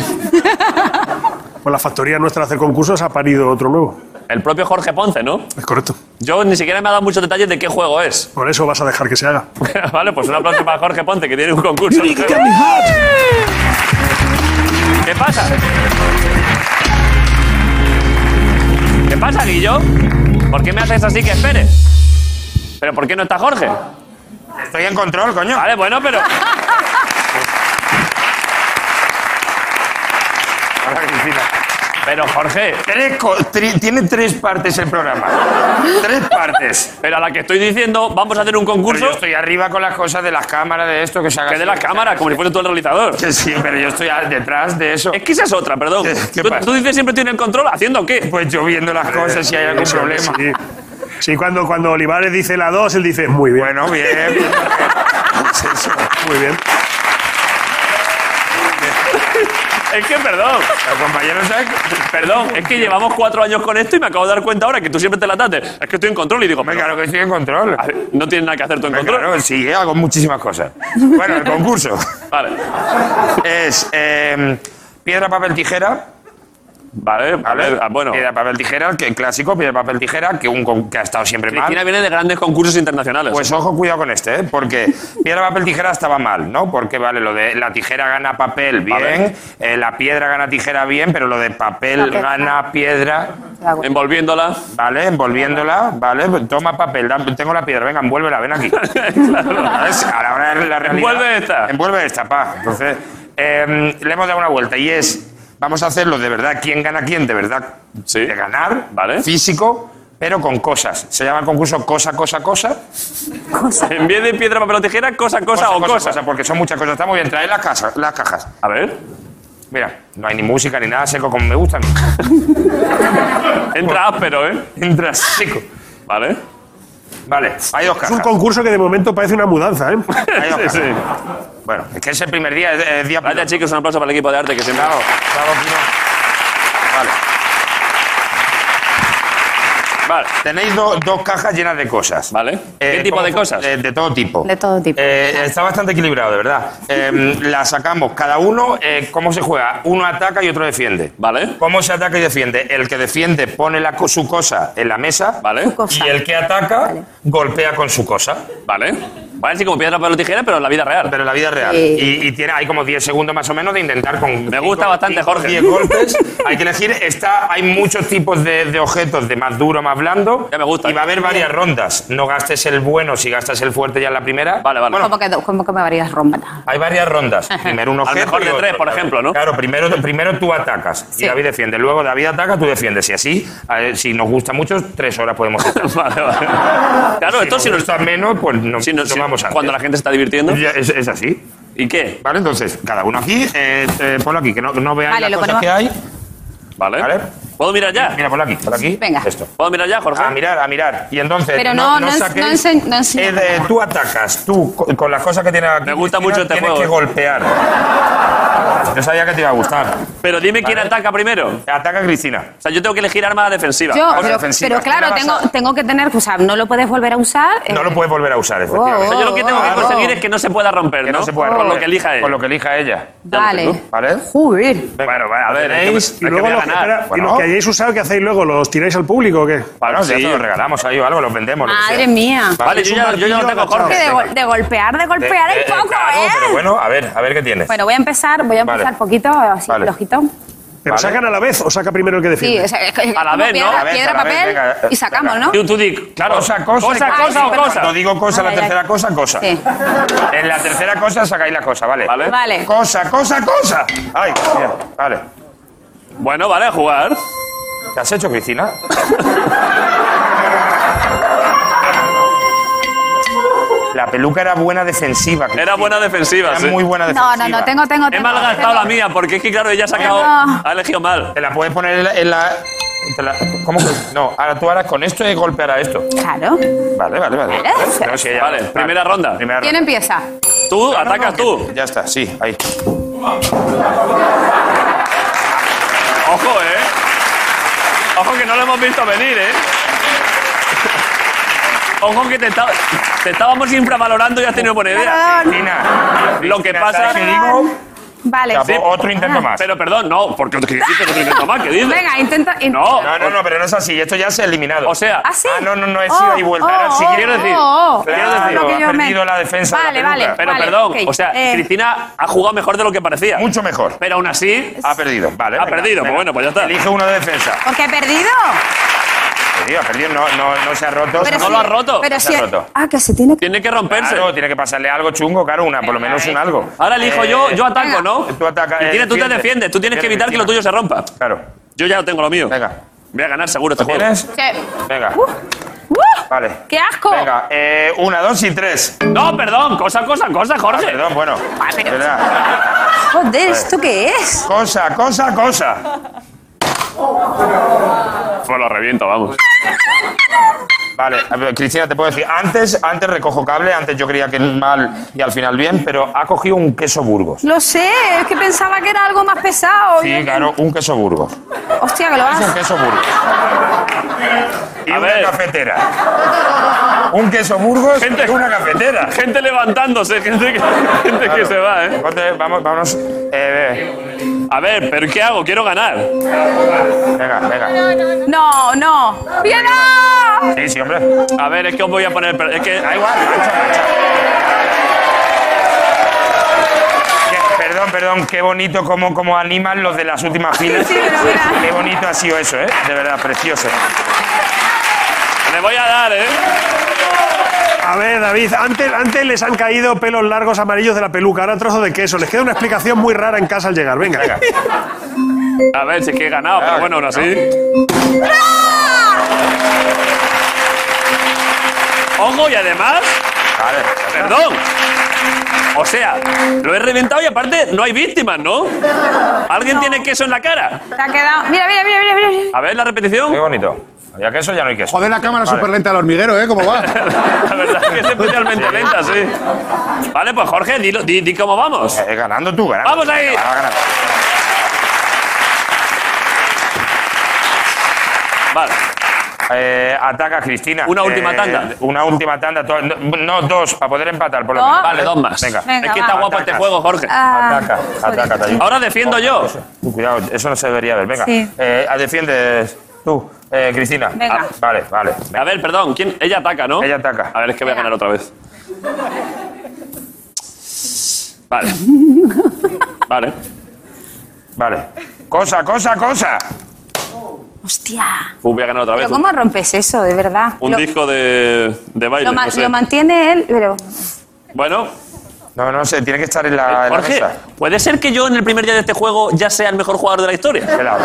Speaker 5: pues la factoría nuestra de hacer concursos ha parido otro nuevo.
Speaker 2: El propio Jorge Ponce, ¿no?
Speaker 5: Es correcto.
Speaker 2: Yo ni siquiera me ha dado muchos detalles de qué juego es.
Speaker 5: Por eso vas a dejar que se haga.
Speaker 2: vale, pues un aplauso para Jorge Ponce, que tiene un concurso. ¿Qué pasa? ¿Qué pasa, Guillo? ¿Por qué me haces así que espere? ¿Pero por qué no está Jorge?
Speaker 8: Estoy en control, coño.
Speaker 2: Vale, bueno, pero... Pero Jorge,
Speaker 8: Tres co- tri- tiene tres partes el programa. tres partes.
Speaker 2: pero a la que estoy diciendo, vamos a hacer un concurso
Speaker 8: Pero yo estoy arriba con las cosas de las cámaras, de esto que se haga.
Speaker 2: que de
Speaker 8: así.
Speaker 2: las cámaras, como si fuese tú el realizador.
Speaker 8: Que sí, pero yo estoy a- detrás de eso.
Speaker 2: Es que esa es otra, perdón.
Speaker 8: ¿Qué- qué
Speaker 2: Tú-
Speaker 8: pasa?
Speaker 2: Tú dices siempre tiene el control, ¿haciendo qué?
Speaker 8: Pues yo viendo las cosas si hay algún problema.
Speaker 5: Sí, Sí, cuando, cuando Olivares dice la 2, él dice, muy bien,
Speaker 8: Bueno, bien. Pues eso.
Speaker 5: muy bien.
Speaker 2: Es que, perdón,
Speaker 8: Pero, compañero, ¿sabes qué?
Speaker 2: perdón, es que llevamos cuatro años con esto y me acabo de dar cuenta ahora que tú siempre te la das de, Es que estoy en control y digo,
Speaker 8: Hombre,
Speaker 2: pero,
Speaker 8: claro que estoy en control.
Speaker 2: a ver, no tienes nada que hacer tú en
Speaker 8: Hombre,
Speaker 2: control.
Speaker 8: Claro, sí, eh, hago muchísimas cosas. Bueno, el concurso
Speaker 2: Vale,
Speaker 8: es eh, piedra, papel, tijera.
Speaker 2: vale, a
Speaker 8: ¿vale?
Speaker 2: ver, ah, bueno.
Speaker 8: Piedra, papel, tijera, que el clásico, piedra, papel, tijera, que, un, con- que ha estado siempre mal.
Speaker 2: Cristina viene de grandes concursos internacionales.
Speaker 8: Pues ojo, cuidado con este, ¿eh? porque piedra, papel, tijera estaba mal, ¿no? Porque vale, lo de la tijera gana papel, bien,
Speaker 2: Vale.
Speaker 8: eh, la piedra gana tijera, bien, pero lo de papel
Speaker 9: Papel.
Speaker 8: gana piedra,
Speaker 2: Envolviéndola.
Speaker 8: ¿vale? Envolviéndola, ¿vale? Pues Toma papel, dame- tengo la piedra, venga, envuélvela, ven aquí. ¿Sabes? A la hora de la realidad.
Speaker 2: Envuelve esta.
Speaker 8: Envuelve esta, pa. Entonces, eh, le hemos dado una vuelta y es, vamos a hacerlo de verdad, quién gana quién, de verdad,
Speaker 2: Sí.
Speaker 8: de ganar,
Speaker 2: Vale.
Speaker 8: físico, pero con cosas. Se llama el concurso cosa, cosa, cosa.
Speaker 2: En vez de piedra, papel o tijera, cosa, cosa, o cosa.
Speaker 8: Porque son muchas cosas. Está muy bien, trae las, casas, las cajas.
Speaker 2: A ver,
Speaker 8: Mira, no hay ni música ni nada seco como me gusta. a mí.
Speaker 2: entra áspero, ¿eh?
Speaker 8: Entra seco.
Speaker 2: Vale.
Speaker 8: Vale, hay dos
Speaker 5: Es un
Speaker 8: cajas.
Speaker 5: concurso que de momento parece una mudanza, ¿eh?
Speaker 8: Hay dos
Speaker 2: Sí,
Speaker 8: cajas.
Speaker 2: sí.
Speaker 8: Bueno, es que es el primer día, es, es día
Speaker 2: Gracias,
Speaker 8: piloto.
Speaker 2: chicos, un aplauso para el equipo de arte que siempre.
Speaker 8: Bravo, bravo, Kino. Vale.
Speaker 2: Vale,
Speaker 8: Tenéis do- dos cajas llenas de cosas.
Speaker 2: Vale. ¿Qué tipo
Speaker 8: ¿cómo
Speaker 2: de
Speaker 8: fu-
Speaker 2: cosas?
Speaker 8: De, de todo tipo.
Speaker 9: De todo tipo.
Speaker 8: Eh, está bastante equilibrado, de verdad. Eh, la sacamos. Cada uno, eh, ¿cómo se juega? Uno ataca y otro defiende.
Speaker 2: Vale.
Speaker 8: ¿Cómo se ataca y defiende? El que defiende pone la co- su cosa en la mesa.
Speaker 2: vale,
Speaker 9: Cosa.
Speaker 8: Y el que ataca
Speaker 9: Vale.
Speaker 8: golpea con su cosa.
Speaker 2: vale. Vale, sí, como piedra, papel o tijera, pero en la vida real.
Speaker 8: Pero en la vida real.
Speaker 9: Sí.
Speaker 8: Y, y tiene, hay como 10 segundos más o menos de intentar con.
Speaker 2: Me gusta
Speaker 8: cinco-
Speaker 2: bastante,
Speaker 8: cinco,
Speaker 2: Jorge.
Speaker 8: 10 golpes. Hay que elegir. Está, hay muchos tipos de, de objetos, de más duro, más blando.
Speaker 2: Ya me gusta.
Speaker 8: Y va a haber varias rondas. No gastes el bueno si gastas el fuerte ya en la primera.
Speaker 2: Vale, vale.
Speaker 9: ¿Cómo, que, ¿Cómo que me varías romana?
Speaker 8: Hay varias rondas. Primero un
Speaker 2: Al
Speaker 8: objeto.
Speaker 2: mejor
Speaker 8: y
Speaker 2: de
Speaker 8: otro,
Speaker 2: tres, por
Speaker 8: claro.
Speaker 2: ejemplo, ¿no?
Speaker 8: Claro, primero, primero tú atacas
Speaker 9: Sí.
Speaker 8: y David defiende. Luego David ataca, tú defiendes. Y así, a ver, si nos gusta mucho, tres horas podemos estar.
Speaker 2: Vale, vale. Claro, esto si
Speaker 8: no
Speaker 2: no
Speaker 8: está menos, pues no,
Speaker 2: Si no-
Speaker 8: nos
Speaker 2: si-
Speaker 8: vamos antes.
Speaker 2: cuando la gente se está divirtiendo.
Speaker 8: Ya, es, es así.
Speaker 2: ¿Y qué?
Speaker 8: Vale, entonces, cada uno aquí, eh, eh, ponlo aquí, que no, que no vean
Speaker 9: Vale,
Speaker 8: las
Speaker 9: lo
Speaker 8: cosas
Speaker 9: ponemos-
Speaker 8: que hay.
Speaker 2: Vale.
Speaker 8: Vale.
Speaker 2: ¿Puedo mirar ya?
Speaker 8: Mira, ponlo aquí, ponlo aquí.
Speaker 9: Venga.
Speaker 8: Esto.
Speaker 2: ¿Puedo mirar ya, Jorge?
Speaker 8: A mirar, a mirar. Y entonces.
Speaker 9: Pero no- no ens-
Speaker 8: saquéis-
Speaker 9: no ense- no enseña
Speaker 8: Eh, de-
Speaker 9: nada.
Speaker 8: tú atacas, tú co- con las cosas que tienes aquí.
Speaker 2: Me gusta
Speaker 8: Cristina,
Speaker 2: mucho este
Speaker 8: tienes
Speaker 2: juego.
Speaker 8: que golpear. Yo sabía que te iba a gustar.
Speaker 2: Pero dime quién ataca primero. O
Speaker 8: Ataca Cristina.
Speaker 2: sea, yo tengo que elegir arma defensiva.
Speaker 9: Yo,
Speaker 8: cosa
Speaker 9: pero,
Speaker 8: defensiva.
Speaker 9: pero claro,
Speaker 8: Mira, vas
Speaker 9: tengo,
Speaker 8: a-
Speaker 9: tengo que tener, o sea, no lo puedes volver a usar. eh,
Speaker 8: No lo puedes volver a usar, efectivamente.
Speaker 2: O sea, yo lo que tengo que
Speaker 9: Oh, oh,
Speaker 2: conseguir
Speaker 9: oh.
Speaker 2: es que no se pueda romper,
Speaker 8: Que
Speaker 2: ¿no?
Speaker 8: no se puede
Speaker 2: Con lo
Speaker 8: romper.
Speaker 2: que elija él.
Speaker 8: Con lo que elija ella.
Speaker 2: lo
Speaker 9: Vale.
Speaker 2: tengo.
Speaker 8: ¿Vale?
Speaker 9: Joder.
Speaker 8: Bueno, bueno,
Speaker 2: A ver,
Speaker 8: tenéis.
Speaker 2: hay
Speaker 5: Y
Speaker 2: que-
Speaker 5: luego
Speaker 2: voy a
Speaker 5: los que,
Speaker 2: ganar.
Speaker 5: espera,
Speaker 8: Bueno.
Speaker 5: y los que hayáis usado, ¿qué hacéis luego? ¿Los tiráis al público o qué?
Speaker 8: Bueno, ya
Speaker 2: Sí.
Speaker 8: te lo regalamos ahí o algo, los vendemos. lo que
Speaker 9: Madre
Speaker 8: sea.
Speaker 9: mía.
Speaker 2: Vale, yo ya, yo ya lo tengo,
Speaker 9: Que
Speaker 2: Jorge.
Speaker 9: de, gol- de golpear, de
Speaker 8: Eh,
Speaker 9: golpear
Speaker 8: eh,
Speaker 9: hay poco,
Speaker 8: claro, Pero
Speaker 9: ¿eh?
Speaker 8: bueno, a ver, a ver qué tienes.
Speaker 9: Bueno, voy a empezar, voy a
Speaker 8: Vale.
Speaker 9: empezar poquito, así,
Speaker 8: Vale.
Speaker 9: flojito.
Speaker 5: ¿Pero
Speaker 8: Vale.
Speaker 5: sacan a la vez o saca primero el que
Speaker 9: Sí,
Speaker 5: defiende?
Speaker 9: o sea, es que-
Speaker 2: A la
Speaker 9: como
Speaker 2: vez, ¿no?
Speaker 9: Piedra,
Speaker 8: A la vez,
Speaker 9: piedra,
Speaker 8: a la vez,
Speaker 9: papel
Speaker 8: venga,
Speaker 9: y sacamos,
Speaker 8: venga.
Speaker 9: ¿no?
Speaker 2: Tú, tú, di, claro.
Speaker 8: Cosa, cosa,
Speaker 2: cosa,
Speaker 9: cosa,
Speaker 2: cosa o
Speaker 9: perdón.
Speaker 2: cosa.
Speaker 8: Cuando digo cosa, la
Speaker 9: Ay, ay,
Speaker 8: tercera
Speaker 9: ay.
Speaker 8: cosa, cosa.
Speaker 9: Sí.
Speaker 8: En la tercera cosa sacáis la cosa, vale.
Speaker 2: Vale.
Speaker 9: Vale.
Speaker 8: Cosa, cosa, cosa. Ay, mira, vale.
Speaker 2: Bueno, vale, a jugar.
Speaker 8: ¿Qué has hecho, Cristina? La peluca era buena defensiva. Cristina.
Speaker 2: Era buena defensiva,
Speaker 8: Era
Speaker 2: sí.
Speaker 8: muy buena
Speaker 9: No,
Speaker 8: defensiva.
Speaker 9: no, Ah. no, tengo, tengo,
Speaker 2: He
Speaker 9: tengo.
Speaker 2: malgastado
Speaker 9: tengo.
Speaker 2: la mía, porque es que, claro, ella ha sacado.
Speaker 9: Tengo.
Speaker 2: Ha elegido mal.
Speaker 8: Te la puedes poner en la. en la- te la- ¿Cómo que? No, ahora tú harás con esto y golpeará esto.
Speaker 9: Claro.
Speaker 8: Vale, vale, vale.
Speaker 9: Vale.
Speaker 8: Pero si ella-
Speaker 2: Vale, primera ronda.
Speaker 8: Primera
Speaker 9: ¿Quién
Speaker 8: ronda.
Speaker 9: empieza?
Speaker 8: No,
Speaker 2: Tú,
Speaker 8: no,
Speaker 2: atacas
Speaker 8: que-
Speaker 2: tú.
Speaker 8: Ya está, sí, ahí.
Speaker 2: Ojo, eh. Ojo que no lo hemos visto venir, eh. Ojo que te, esta- te estábamos infravalorando y has tenido buena idea.
Speaker 8: Cristina.
Speaker 2: Lo que pasa-
Speaker 8: ¿sabes qué digo?
Speaker 9: Vale.
Speaker 8: Ya, pues, Otro intento más.
Speaker 2: Pero perdón, no, porque que hiciste otro intento más, ¿qué dices?
Speaker 9: Venga, intenta. in-
Speaker 2: No,
Speaker 8: No, no, no, pero no es así. Esto ya se ha eliminado.
Speaker 2: o sea,
Speaker 9: ¿Ah, sí?
Speaker 8: Ah, no, no, no, es ida y vuelta,
Speaker 9: Oh,
Speaker 8: era así. Quiero
Speaker 2: decir- quiero
Speaker 8: Claro,
Speaker 2: decir,
Speaker 9: Lo que
Speaker 8: ha
Speaker 9: yo me-
Speaker 8: perdido la defensa de la
Speaker 9: Vale,
Speaker 8: peluca.
Speaker 9: vale.
Speaker 2: pero
Speaker 9: vale,
Speaker 2: perdón,
Speaker 9: ok.
Speaker 2: o sea,
Speaker 9: Eh,
Speaker 2: Cristina ha jugado mejor de lo que parecía.
Speaker 8: Mucho mejor.
Speaker 2: Pero aún así,
Speaker 8: Ha perdido, vale.
Speaker 2: Ha perdido, pues bueno, pues ya está.
Speaker 8: Elige uno de defensa.
Speaker 9: ¿Por qué he perdido?
Speaker 8: Perdido, ha perdido, no, no, no se ha roto.
Speaker 9: Pero
Speaker 2: no
Speaker 9: sí,
Speaker 2: lo has roto.
Speaker 9: Pero
Speaker 8: No se
Speaker 9: sí.
Speaker 8: ha roto.
Speaker 9: Ah, que se tiene que.
Speaker 2: tiene que romperse.
Speaker 8: Claro, tiene que pasarle algo chungo, claro, una, por lo menos un algo.
Speaker 2: Ahora elijo
Speaker 8: Eh,
Speaker 2: yo, yo ataco, ¿no?
Speaker 8: Tú atacas,
Speaker 2: Y
Speaker 8: eh,
Speaker 2: tiene- tú te
Speaker 8: defiende.
Speaker 2: defiendes, tú tienes que
Speaker 8: Defiende,
Speaker 2: evitar que lo
Speaker 8: Cristina.
Speaker 2: tuyo se rompa.
Speaker 8: Claro.
Speaker 2: Yo ya lo tengo lo mío.
Speaker 8: Venga.
Speaker 2: Voy a ganar seguro este
Speaker 8: ¿Lo
Speaker 2: juego.
Speaker 8: tienes?
Speaker 9: Sí.
Speaker 8: Venga.
Speaker 9: ¡Uh!
Speaker 8: Vale.
Speaker 9: ¡Qué asco!
Speaker 8: Venga, eh, una, dos y tres.
Speaker 2: No, perdón, cosa, cosa, cosa,
Speaker 8: Ah,
Speaker 2: Jorge.
Speaker 8: perdón, bueno.
Speaker 9: pero-
Speaker 8: ¿Verdad?
Speaker 9: Joder, ¿esto qué es?
Speaker 8: Cosa, cosa, cosa.
Speaker 2: Pues lo reviento, vamos.
Speaker 8: Vale, a ver, Cristina, te puedo decir, antes, antes recojo cable, antes yo creía que mal y al final bien, pero ha cogido un queso Burgos.
Speaker 9: Lo sé, es que pensaba que era algo más pesado.
Speaker 8: Sí, claro, un queso Burgos.
Speaker 9: Hostia, que lo
Speaker 8: Es un
Speaker 9: haces.
Speaker 8: queso Burgos. Y
Speaker 2: A
Speaker 8: una
Speaker 2: ver.
Speaker 8: cafetera. Un queso Burgos
Speaker 2: Gente-
Speaker 8: y una cafetera.
Speaker 2: Gente levantándose, gente que, gente que
Speaker 8: Claro.
Speaker 2: se va, ¿eh?
Speaker 8: Entonces, vamos, vamos. eh,
Speaker 2: A ver, ¿pero qué hago? Quiero ganar.
Speaker 8: venga, venga.
Speaker 9: No, no. ¡Piedad!
Speaker 8: Sí, sí, hombre.
Speaker 2: A ver, es que os voy a poner. per- Es que.
Speaker 8: Da igual, mancha, mancha. Que- Perdón, perdón, qué bonito cómo, cómo animan los de las últimas filas.
Speaker 9: Sí, pero mira.
Speaker 8: Qué bonito ha sido eso, ¿eh? De verdad, precioso.
Speaker 2: Le voy a dar, ¿eh?
Speaker 5: A ver, David, antes, antes les han caído pelos largos amarillos de la peluca, ahora trozos de queso. Les queda una explicación muy rara en casa al llegar. Venga, venga.
Speaker 2: A ver, si es que he ganado, pero
Speaker 8: Claro,
Speaker 2: bueno, aún así. Ojo, y además,
Speaker 8: Vale.
Speaker 2: perdón. O sea, lo he reventado y aparte no hay víctimas, ¿no? ¿Alguien tiene queso en la cara?
Speaker 9: Te ha quedado. Mira, mira, mira, mira, mira.
Speaker 2: A ver la repetición.
Speaker 8: Qué bonito. Había queso, ya no hay queso.
Speaker 6: Joder, la cámara
Speaker 8: Vale.
Speaker 6: súper lenta al hormiguero, ¿eh? ¿Cómo va?
Speaker 2: La verdad es que es especialmente lenta, sí. Vale, pues Jorge, dilo- di, di cómo vamos.
Speaker 8: Eh, ganando tú, ganando.
Speaker 2: Vamos ahí.
Speaker 8: Venga, va, gana.
Speaker 2: Vale.
Speaker 8: Eh, ataca a Cristina.
Speaker 2: Una
Speaker 8: Eh,
Speaker 2: última tanda.
Speaker 8: Una última tanda. to- No, no, dos, para poder empatar, por lo
Speaker 9: No.
Speaker 8: menos.
Speaker 2: Vale, dos más.
Speaker 8: Venga.
Speaker 9: Venga,
Speaker 2: es que está
Speaker 9: va.
Speaker 2: guapo este juego, Jorge.
Speaker 9: Ah,
Speaker 8: Ataca,
Speaker 9: joder.
Speaker 8: ataca, te ayudo.
Speaker 2: Ahora defiendo yo.
Speaker 8: Tú, Cuidado, eso no se debería ver. Venga.
Speaker 9: Sí.
Speaker 8: Eh, ah, defiendes tú, eh, Cristina.
Speaker 9: Venga.
Speaker 8: Ah, vale, vale.
Speaker 2: A ver, perdón, ¿quién? Ella ataca, ¿no?
Speaker 8: Ella ataca.
Speaker 2: A ver, es que voy a ganar otra vez. Vale. Vale.
Speaker 8: Vale. Cosa, cosa, cosa.
Speaker 9: Hostia.
Speaker 2: Uh, voy a ganar otra vez.
Speaker 9: Pero ¿cómo rompes eso, de verdad?
Speaker 2: Un
Speaker 9: lo,
Speaker 2: disco de, de baile.
Speaker 9: lo ma-
Speaker 2: no sé.
Speaker 9: lo mantiene él, pero.
Speaker 2: Bueno,
Speaker 8: No, no sé, tiene que estar en la, en la
Speaker 2: Jorge,
Speaker 8: mesa.
Speaker 2: ¿puede ser que yo en el primer día de este juego ya sea el mejor jugador de la historia?
Speaker 8: Espera, La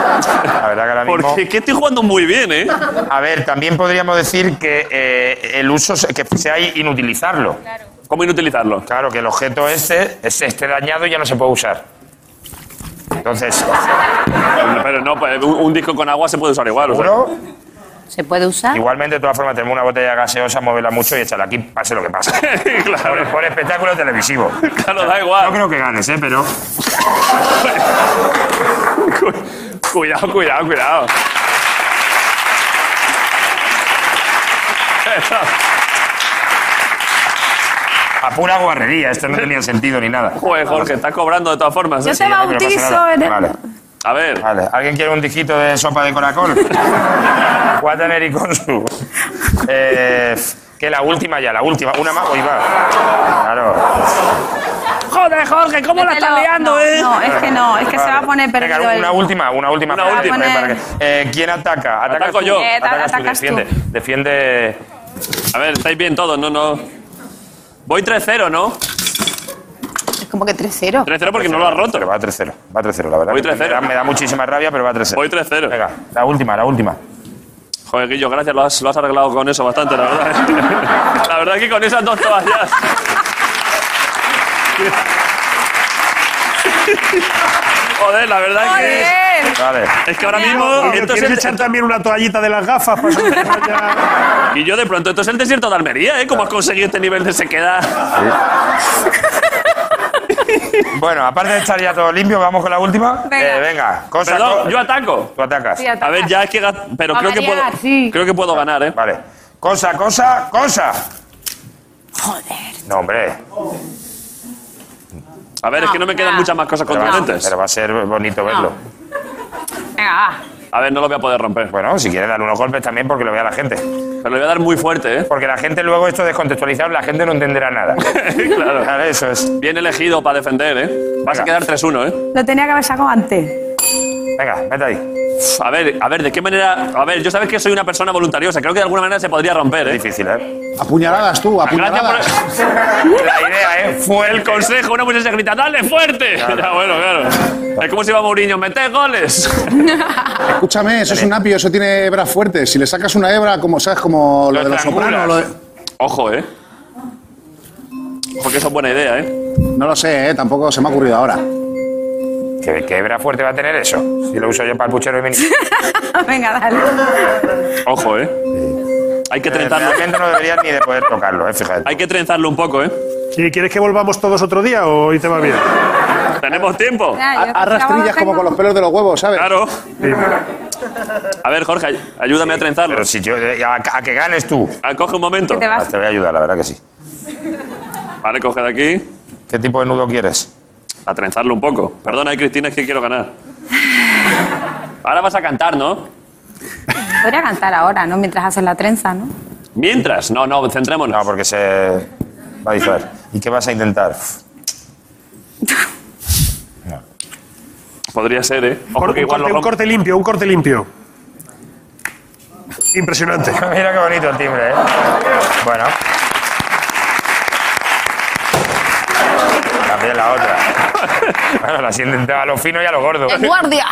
Speaker 8: verdad que ahora mismo.
Speaker 2: Porque es que estoy jugando muy bien, ¿eh?
Speaker 8: A ver, también podríamos decir que eh, el uso se- que sea inutilizarlo.
Speaker 2: ¿Cómo inutilizarlo?
Speaker 8: Claro, que el objeto este es- esté dañado y ya no se puede usar. Entonces,
Speaker 2: Pero no, pues, un, un disco con agua se puede usar igual. O sea.
Speaker 8: seguro,
Speaker 9: ¿Se puede usar?
Speaker 8: igualmente, de todas formas, tenemos una botella gaseosa, moverla mucho y échala aquí, pase lo que pase.
Speaker 2: claro,
Speaker 8: Por, por espectáculo televisivo.
Speaker 2: claro, da
Speaker 8: No
Speaker 2: igual.
Speaker 8: creo que ganes, ¿eh? Pero.
Speaker 2: Cu- Cuidado, cuidado, cuidado.
Speaker 8: A pura guarrería, esto no tenía sentido ni nada.
Speaker 2: Joder, Jorge, estás cobrando de todas formas. ¿eh?
Speaker 9: Yo te
Speaker 8: no, que no pasa
Speaker 9: bautizo
Speaker 8: nada.
Speaker 9: en el-
Speaker 8: Vale,
Speaker 2: A ver,
Speaker 8: vale. ¿Alguien quiere un dijito de sopa de caracol? Water y Consu. Eh, que la última ya, la última. Una más, hoy va. Claro.
Speaker 2: Joder, Jorge, ¿cómo la
Speaker 9: Mételo.
Speaker 2: estás liando,
Speaker 9: no,
Speaker 2: eh?
Speaker 9: No, es que no, es que se
Speaker 8: Vale.
Speaker 9: va a poner
Speaker 8: Venga,
Speaker 9: perdido.
Speaker 8: una
Speaker 9: el-
Speaker 8: última, una última.
Speaker 2: Una
Speaker 8: para-
Speaker 2: última.
Speaker 8: para que- eh, ¿Quién ataca? ¿Atacas
Speaker 2: Ataco
Speaker 8: tú?
Speaker 2: yo. Eh,
Speaker 8: Atacas tú,
Speaker 9: atacas tú.
Speaker 8: defiende. Defiende.
Speaker 2: A ver, estáis bien todos, no, no. Voy 3-0, ¿no?
Speaker 9: Es como que 3-0.
Speaker 2: 3-0 porque no lo has roto.
Speaker 8: Pero va 3-0, va 3-0, la verdad.
Speaker 2: Voy
Speaker 8: que me
Speaker 2: 3-0.
Speaker 8: da- Me da muchísima rabia, pero va 3-0.
Speaker 2: Voy 3-0.
Speaker 8: Venga, la última, la última.
Speaker 2: Joder, Guillo, gracias, lo has, lo has arreglado con eso bastante, la verdad. ¿eh? la verdad es que con esas dos toallas. Joder, la verdad es que.
Speaker 9: ¡Joder!
Speaker 8: Vale.
Speaker 2: Es que ahora mismo.
Speaker 5: Guillo,
Speaker 2: Esto es
Speaker 5: ¿Quieres
Speaker 2: el-
Speaker 5: echar también una toallita de las gafas? para solucionar ya?
Speaker 2: y yo de pronto, esto es el desierto de Almería, ¿eh? ¿Cómo has conseguido este nivel de sequedad?
Speaker 8: Bueno, aparte de estar ya todo limpio, vamos con la última.
Speaker 9: Venga.
Speaker 8: Eh, venga, cosa.
Speaker 2: Perdón,
Speaker 8: co-
Speaker 2: yo ataco.
Speaker 8: Tú atacas.
Speaker 9: Sí, ataca.
Speaker 2: A ver, ya es que. ga- Pero
Speaker 9: Va a
Speaker 2: creo que, puedo,
Speaker 9: variar, sí.
Speaker 2: creo que puedo ganar, ¿eh?
Speaker 8: Vale. Cosa, cosa, cosa.
Speaker 9: Joder.
Speaker 8: No, hombre.
Speaker 2: A ver, es que no me quedan
Speaker 9: No.
Speaker 2: muchas más cosas
Speaker 8: Pero va,
Speaker 2: contundentes.
Speaker 8: pero va a ser bonito verlo.
Speaker 9: Venga, va.
Speaker 2: A ver, no lo voy a poder romper.
Speaker 8: Bueno, si quieres dar unos golpes también porque lo vea la gente.
Speaker 2: Pero lo voy a dar muy fuerte, ¿eh?
Speaker 8: Porque la gente luego esto descontextualizado, la gente no entenderá nada.
Speaker 2: claro.
Speaker 8: Claro, eso es.
Speaker 2: Bien elegido para defender, ¿eh? Vas a
Speaker 8: Venga.
Speaker 2: quedar 3-1, ¿eh?
Speaker 9: Lo tenía que haber sacado antes.
Speaker 8: Venga, vete ahí.
Speaker 2: A ver, a ver, ¿de qué manera? A ver, yo sabes que soy una persona voluntariosa. Creo que de alguna manera se podría romper, ¿eh? Difícil, ¿eh?
Speaker 6: Apuñaladas tú, apuñaladas.
Speaker 2: La idea, ¿eh? Fue el consejo. Una muchacha grita, ¡dale fuerte! Ya, bueno, claro. Es como si iba Mourinho, ¡mete goles!
Speaker 6: Escúchame, eso es un apio, eso tiene hebras fuertes. Si le sacas una hebra, como sabes, como lo, de los
Speaker 2: estrangulas.
Speaker 6: sopranos. lo de-
Speaker 2: Ojo, ¿eh? Porque eso es buena idea, ¿eh?
Speaker 6: No lo sé, ¿eh? tampoco se me ha ocurrido ahora.
Speaker 8: ¿Qué, qué hebra fuerte va a tener eso? Si lo uso yo para el puchero de mini.
Speaker 9: Venga, dale.
Speaker 2: Ojo, ¿eh? Hay que trenzarlo.
Speaker 8: Realmente no deberías ni de poder tocarlo, ¿eh? Fíjate.
Speaker 2: Hay que trenzarlo un poco, ¿eh?
Speaker 5: ¿Y quieres que volvamos todos otro día o hoy te va bien?
Speaker 2: Tenemos tiempo.
Speaker 9: Ya, yo
Speaker 6: Haz
Speaker 9: acabo de
Speaker 6: rastrillas como
Speaker 9: tengo-
Speaker 6: con los pelos de los huevos, ¿sabes?
Speaker 2: Claro. A ver, Jorge, ay- ayúdame a trenzarlo.
Speaker 8: Pero si yo. eh, A, a que ganes tú.
Speaker 2: Ah, Coge un momento.
Speaker 9: Que te va-
Speaker 8: Ah, te voy a ayudar, la verdad que sí.
Speaker 2: Vale, coge de aquí.
Speaker 8: ¿Qué tipo de nudo quieres?
Speaker 2: A trenzarlo un poco. Perdona, eh, Cristina, es que quiero ganar. Ahora vas a cantar, ¿no?
Speaker 9: Podría cantar ahora, ¿no? Mientras haces la trenza, ¿no?
Speaker 2: Mientras. No, no, centrémonos.
Speaker 8: No, porque se. Va a disparar. ¿Y qué vas a intentar?
Speaker 2: Podría ser, ¿eh? Ojo,
Speaker 5: Cor-
Speaker 2: que
Speaker 5: un,
Speaker 2: igual
Speaker 5: corte,
Speaker 2: lo
Speaker 5: un corte limpio, un corte limpio. Impresionante.
Speaker 8: Mira qué bonito el timbre, ¿eh? Bueno. También la otra. Bueno, la intentado a lo fino y a lo gordo.
Speaker 10: ¡El guardia!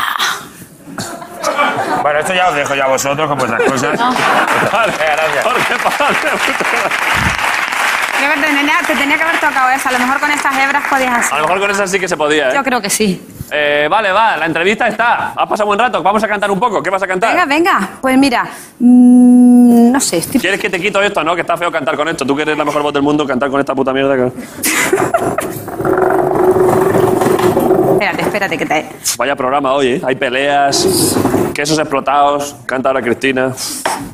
Speaker 8: Bueno, esto ya os dejo ya a vosotros con vuestras cosas.
Speaker 2: Vale.
Speaker 8: Venga, gracias.
Speaker 2: Jorge, vale.
Speaker 9: Yo te tenía, te tenía que haber tocado esa. A lo mejor con estas hebras podías
Speaker 2: A
Speaker 9: hacer.
Speaker 2: lo mejor con esa sí que se podía, ¿eh?
Speaker 9: Yo creo que sí.
Speaker 2: Eh, vale, va, la entrevista está. Has pasado buen rato. Vamos a cantar un poco. ¿Qué vas a cantar?
Speaker 9: Venga, venga. Pues mira, mm, no sé, estoy...
Speaker 2: ¿Quieres que te quito esto, no? Que está feo cantar con esto. Tú que eres la mejor voz del mundo, cantar con esta puta mierda. que-
Speaker 9: Espérate, espérate, que te...
Speaker 2: Vaya programa hoy, ¿eh? Hay peleas, quesos explotados. Canta ahora Cristina.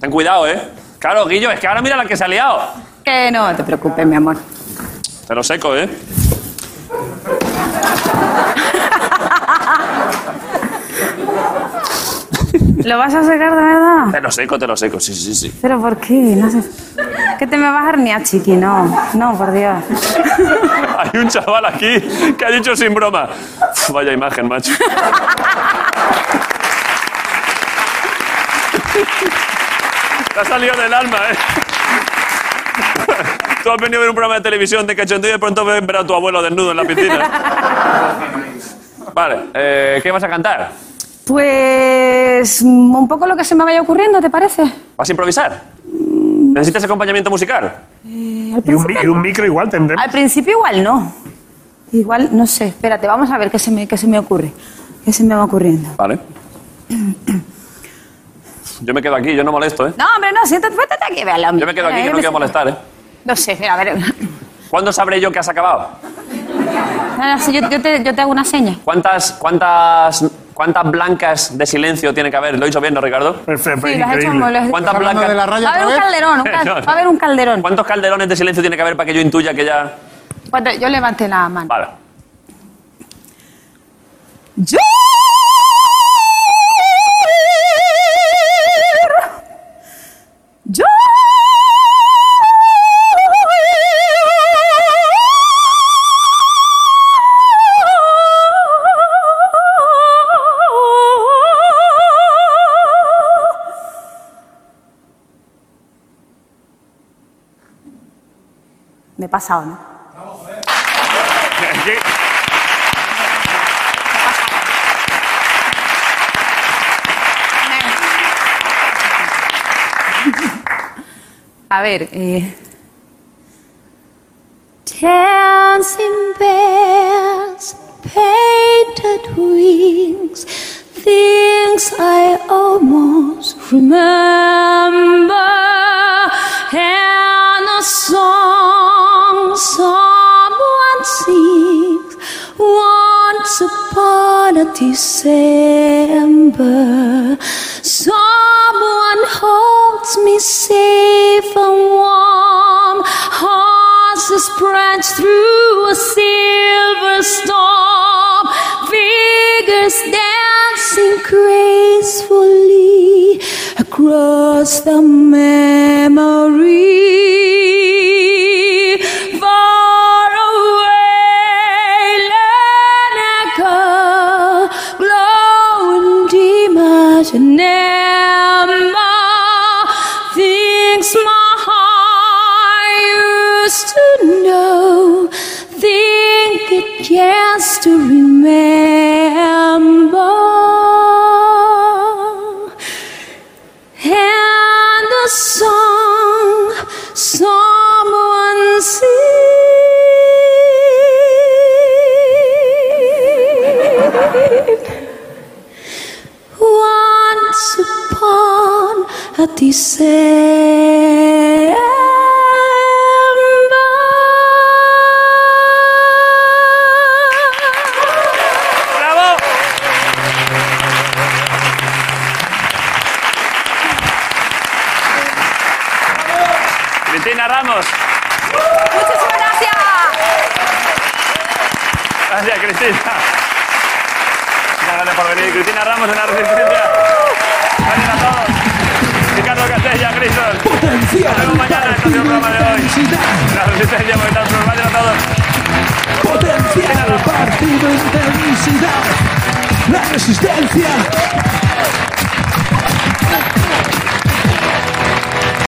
Speaker 2: Ten cuidado, ¿eh? Claro, Guillo, es que ahora mira la que se ha liado.
Speaker 9: Que no te preocupes, mi amor.
Speaker 2: Te lo seco, ¿eh?
Speaker 9: ¿Lo vas a sacar de verdad?
Speaker 2: Te lo seco, te lo seco. Sí, sí, sí.
Speaker 9: ¿Pero por qué? No sé. Que te me vas a herniar, chiqui, no. No, por Dios.
Speaker 2: Hay un chaval aquí que ha dicho sin broma. Uf, Vaya imagen, macho. Te ha salido del alma, ¿eh? Tú has venido a ver un programa de televisión de cachondeo y de pronto ves ver a tu abuelo desnudo en la piscina. Vale, eh, ¿qué vas a cantar?
Speaker 9: Pues mm, un poco lo que se me vaya ocurriendo, ¿te parece?
Speaker 2: ¿Vas a improvisar? ¿Necesitas acompañamiento musical?
Speaker 5: Y un, mi- y un micro igual tendremos.
Speaker 9: Al principio igual no. Igual, no sé, espérate, vamos a ver qué se me, qué se me ocurre. ¿Qué se me va ocurriendo?
Speaker 2: Vale. Yo me quedo aquí, yo no molesto, ¿eh?
Speaker 9: No, hombre, no, siéntate, siéntate aquí, véalo.
Speaker 2: Yo me quedo aquí, que no quiero molestar, ¿eh?
Speaker 9: No sé, mira, a ver.
Speaker 2: ¿Cuándo sabré yo que has acabado?
Speaker 9: No, no, sí, yo, yo te, yo te hago una seña.
Speaker 2: ¿Cuántas, cuántas, ¿Cuántas blancas de silencio tiene que haber? ¿Lo he dicho bien, no, Ricardo?
Speaker 5: Perfecto,
Speaker 9: Sí, lo has hecho
Speaker 5: increíble.
Speaker 9: muy- lo has-
Speaker 2: ¿Cuántas
Speaker 6: hablando
Speaker 2: blancas?
Speaker 6: de la
Speaker 9: Va
Speaker 6: raya
Speaker 9: a haber
Speaker 6: otra
Speaker 9: un
Speaker 6: vez?
Speaker 9: calderón, un cal-
Speaker 2: No, no.
Speaker 9: va a haber un calderón.
Speaker 2: ¿Cuántos calderones de silencio tiene que haber para que yo intuya que ya...?
Speaker 9: Cuando yo levanté la mano.
Speaker 2: Vale.
Speaker 9: Yo Yo Me he pasado, ¿no? A ver, eh,
Speaker 10: Dancing bells, painted wings, things I almost remember, and a song someone sings once upon a December. Someone holds me safe and warm. Horses branch through a silver storm. Figures dancing gracefully across the memory. Far away, let it go. Glowing dim as breaks my heart. I used to know, think it just to remember. And the song someone sing. Once upon a December
Speaker 2: ¡Bravo! Cristina Ramos.
Speaker 11: Muchas gracias.
Speaker 2: Gracias, Cristina. Muchas gracias por venir. Cristina Ramos en la Resistencia. Gracias a todos. Ricardo Castella, Crisos. Potencia. Nos vemos mañana en el próximo programa de hoy. La Resistencia, Movistar Plus. Gracias a todos.
Speaker 4: Potencia, partido intensidad. La resistencia.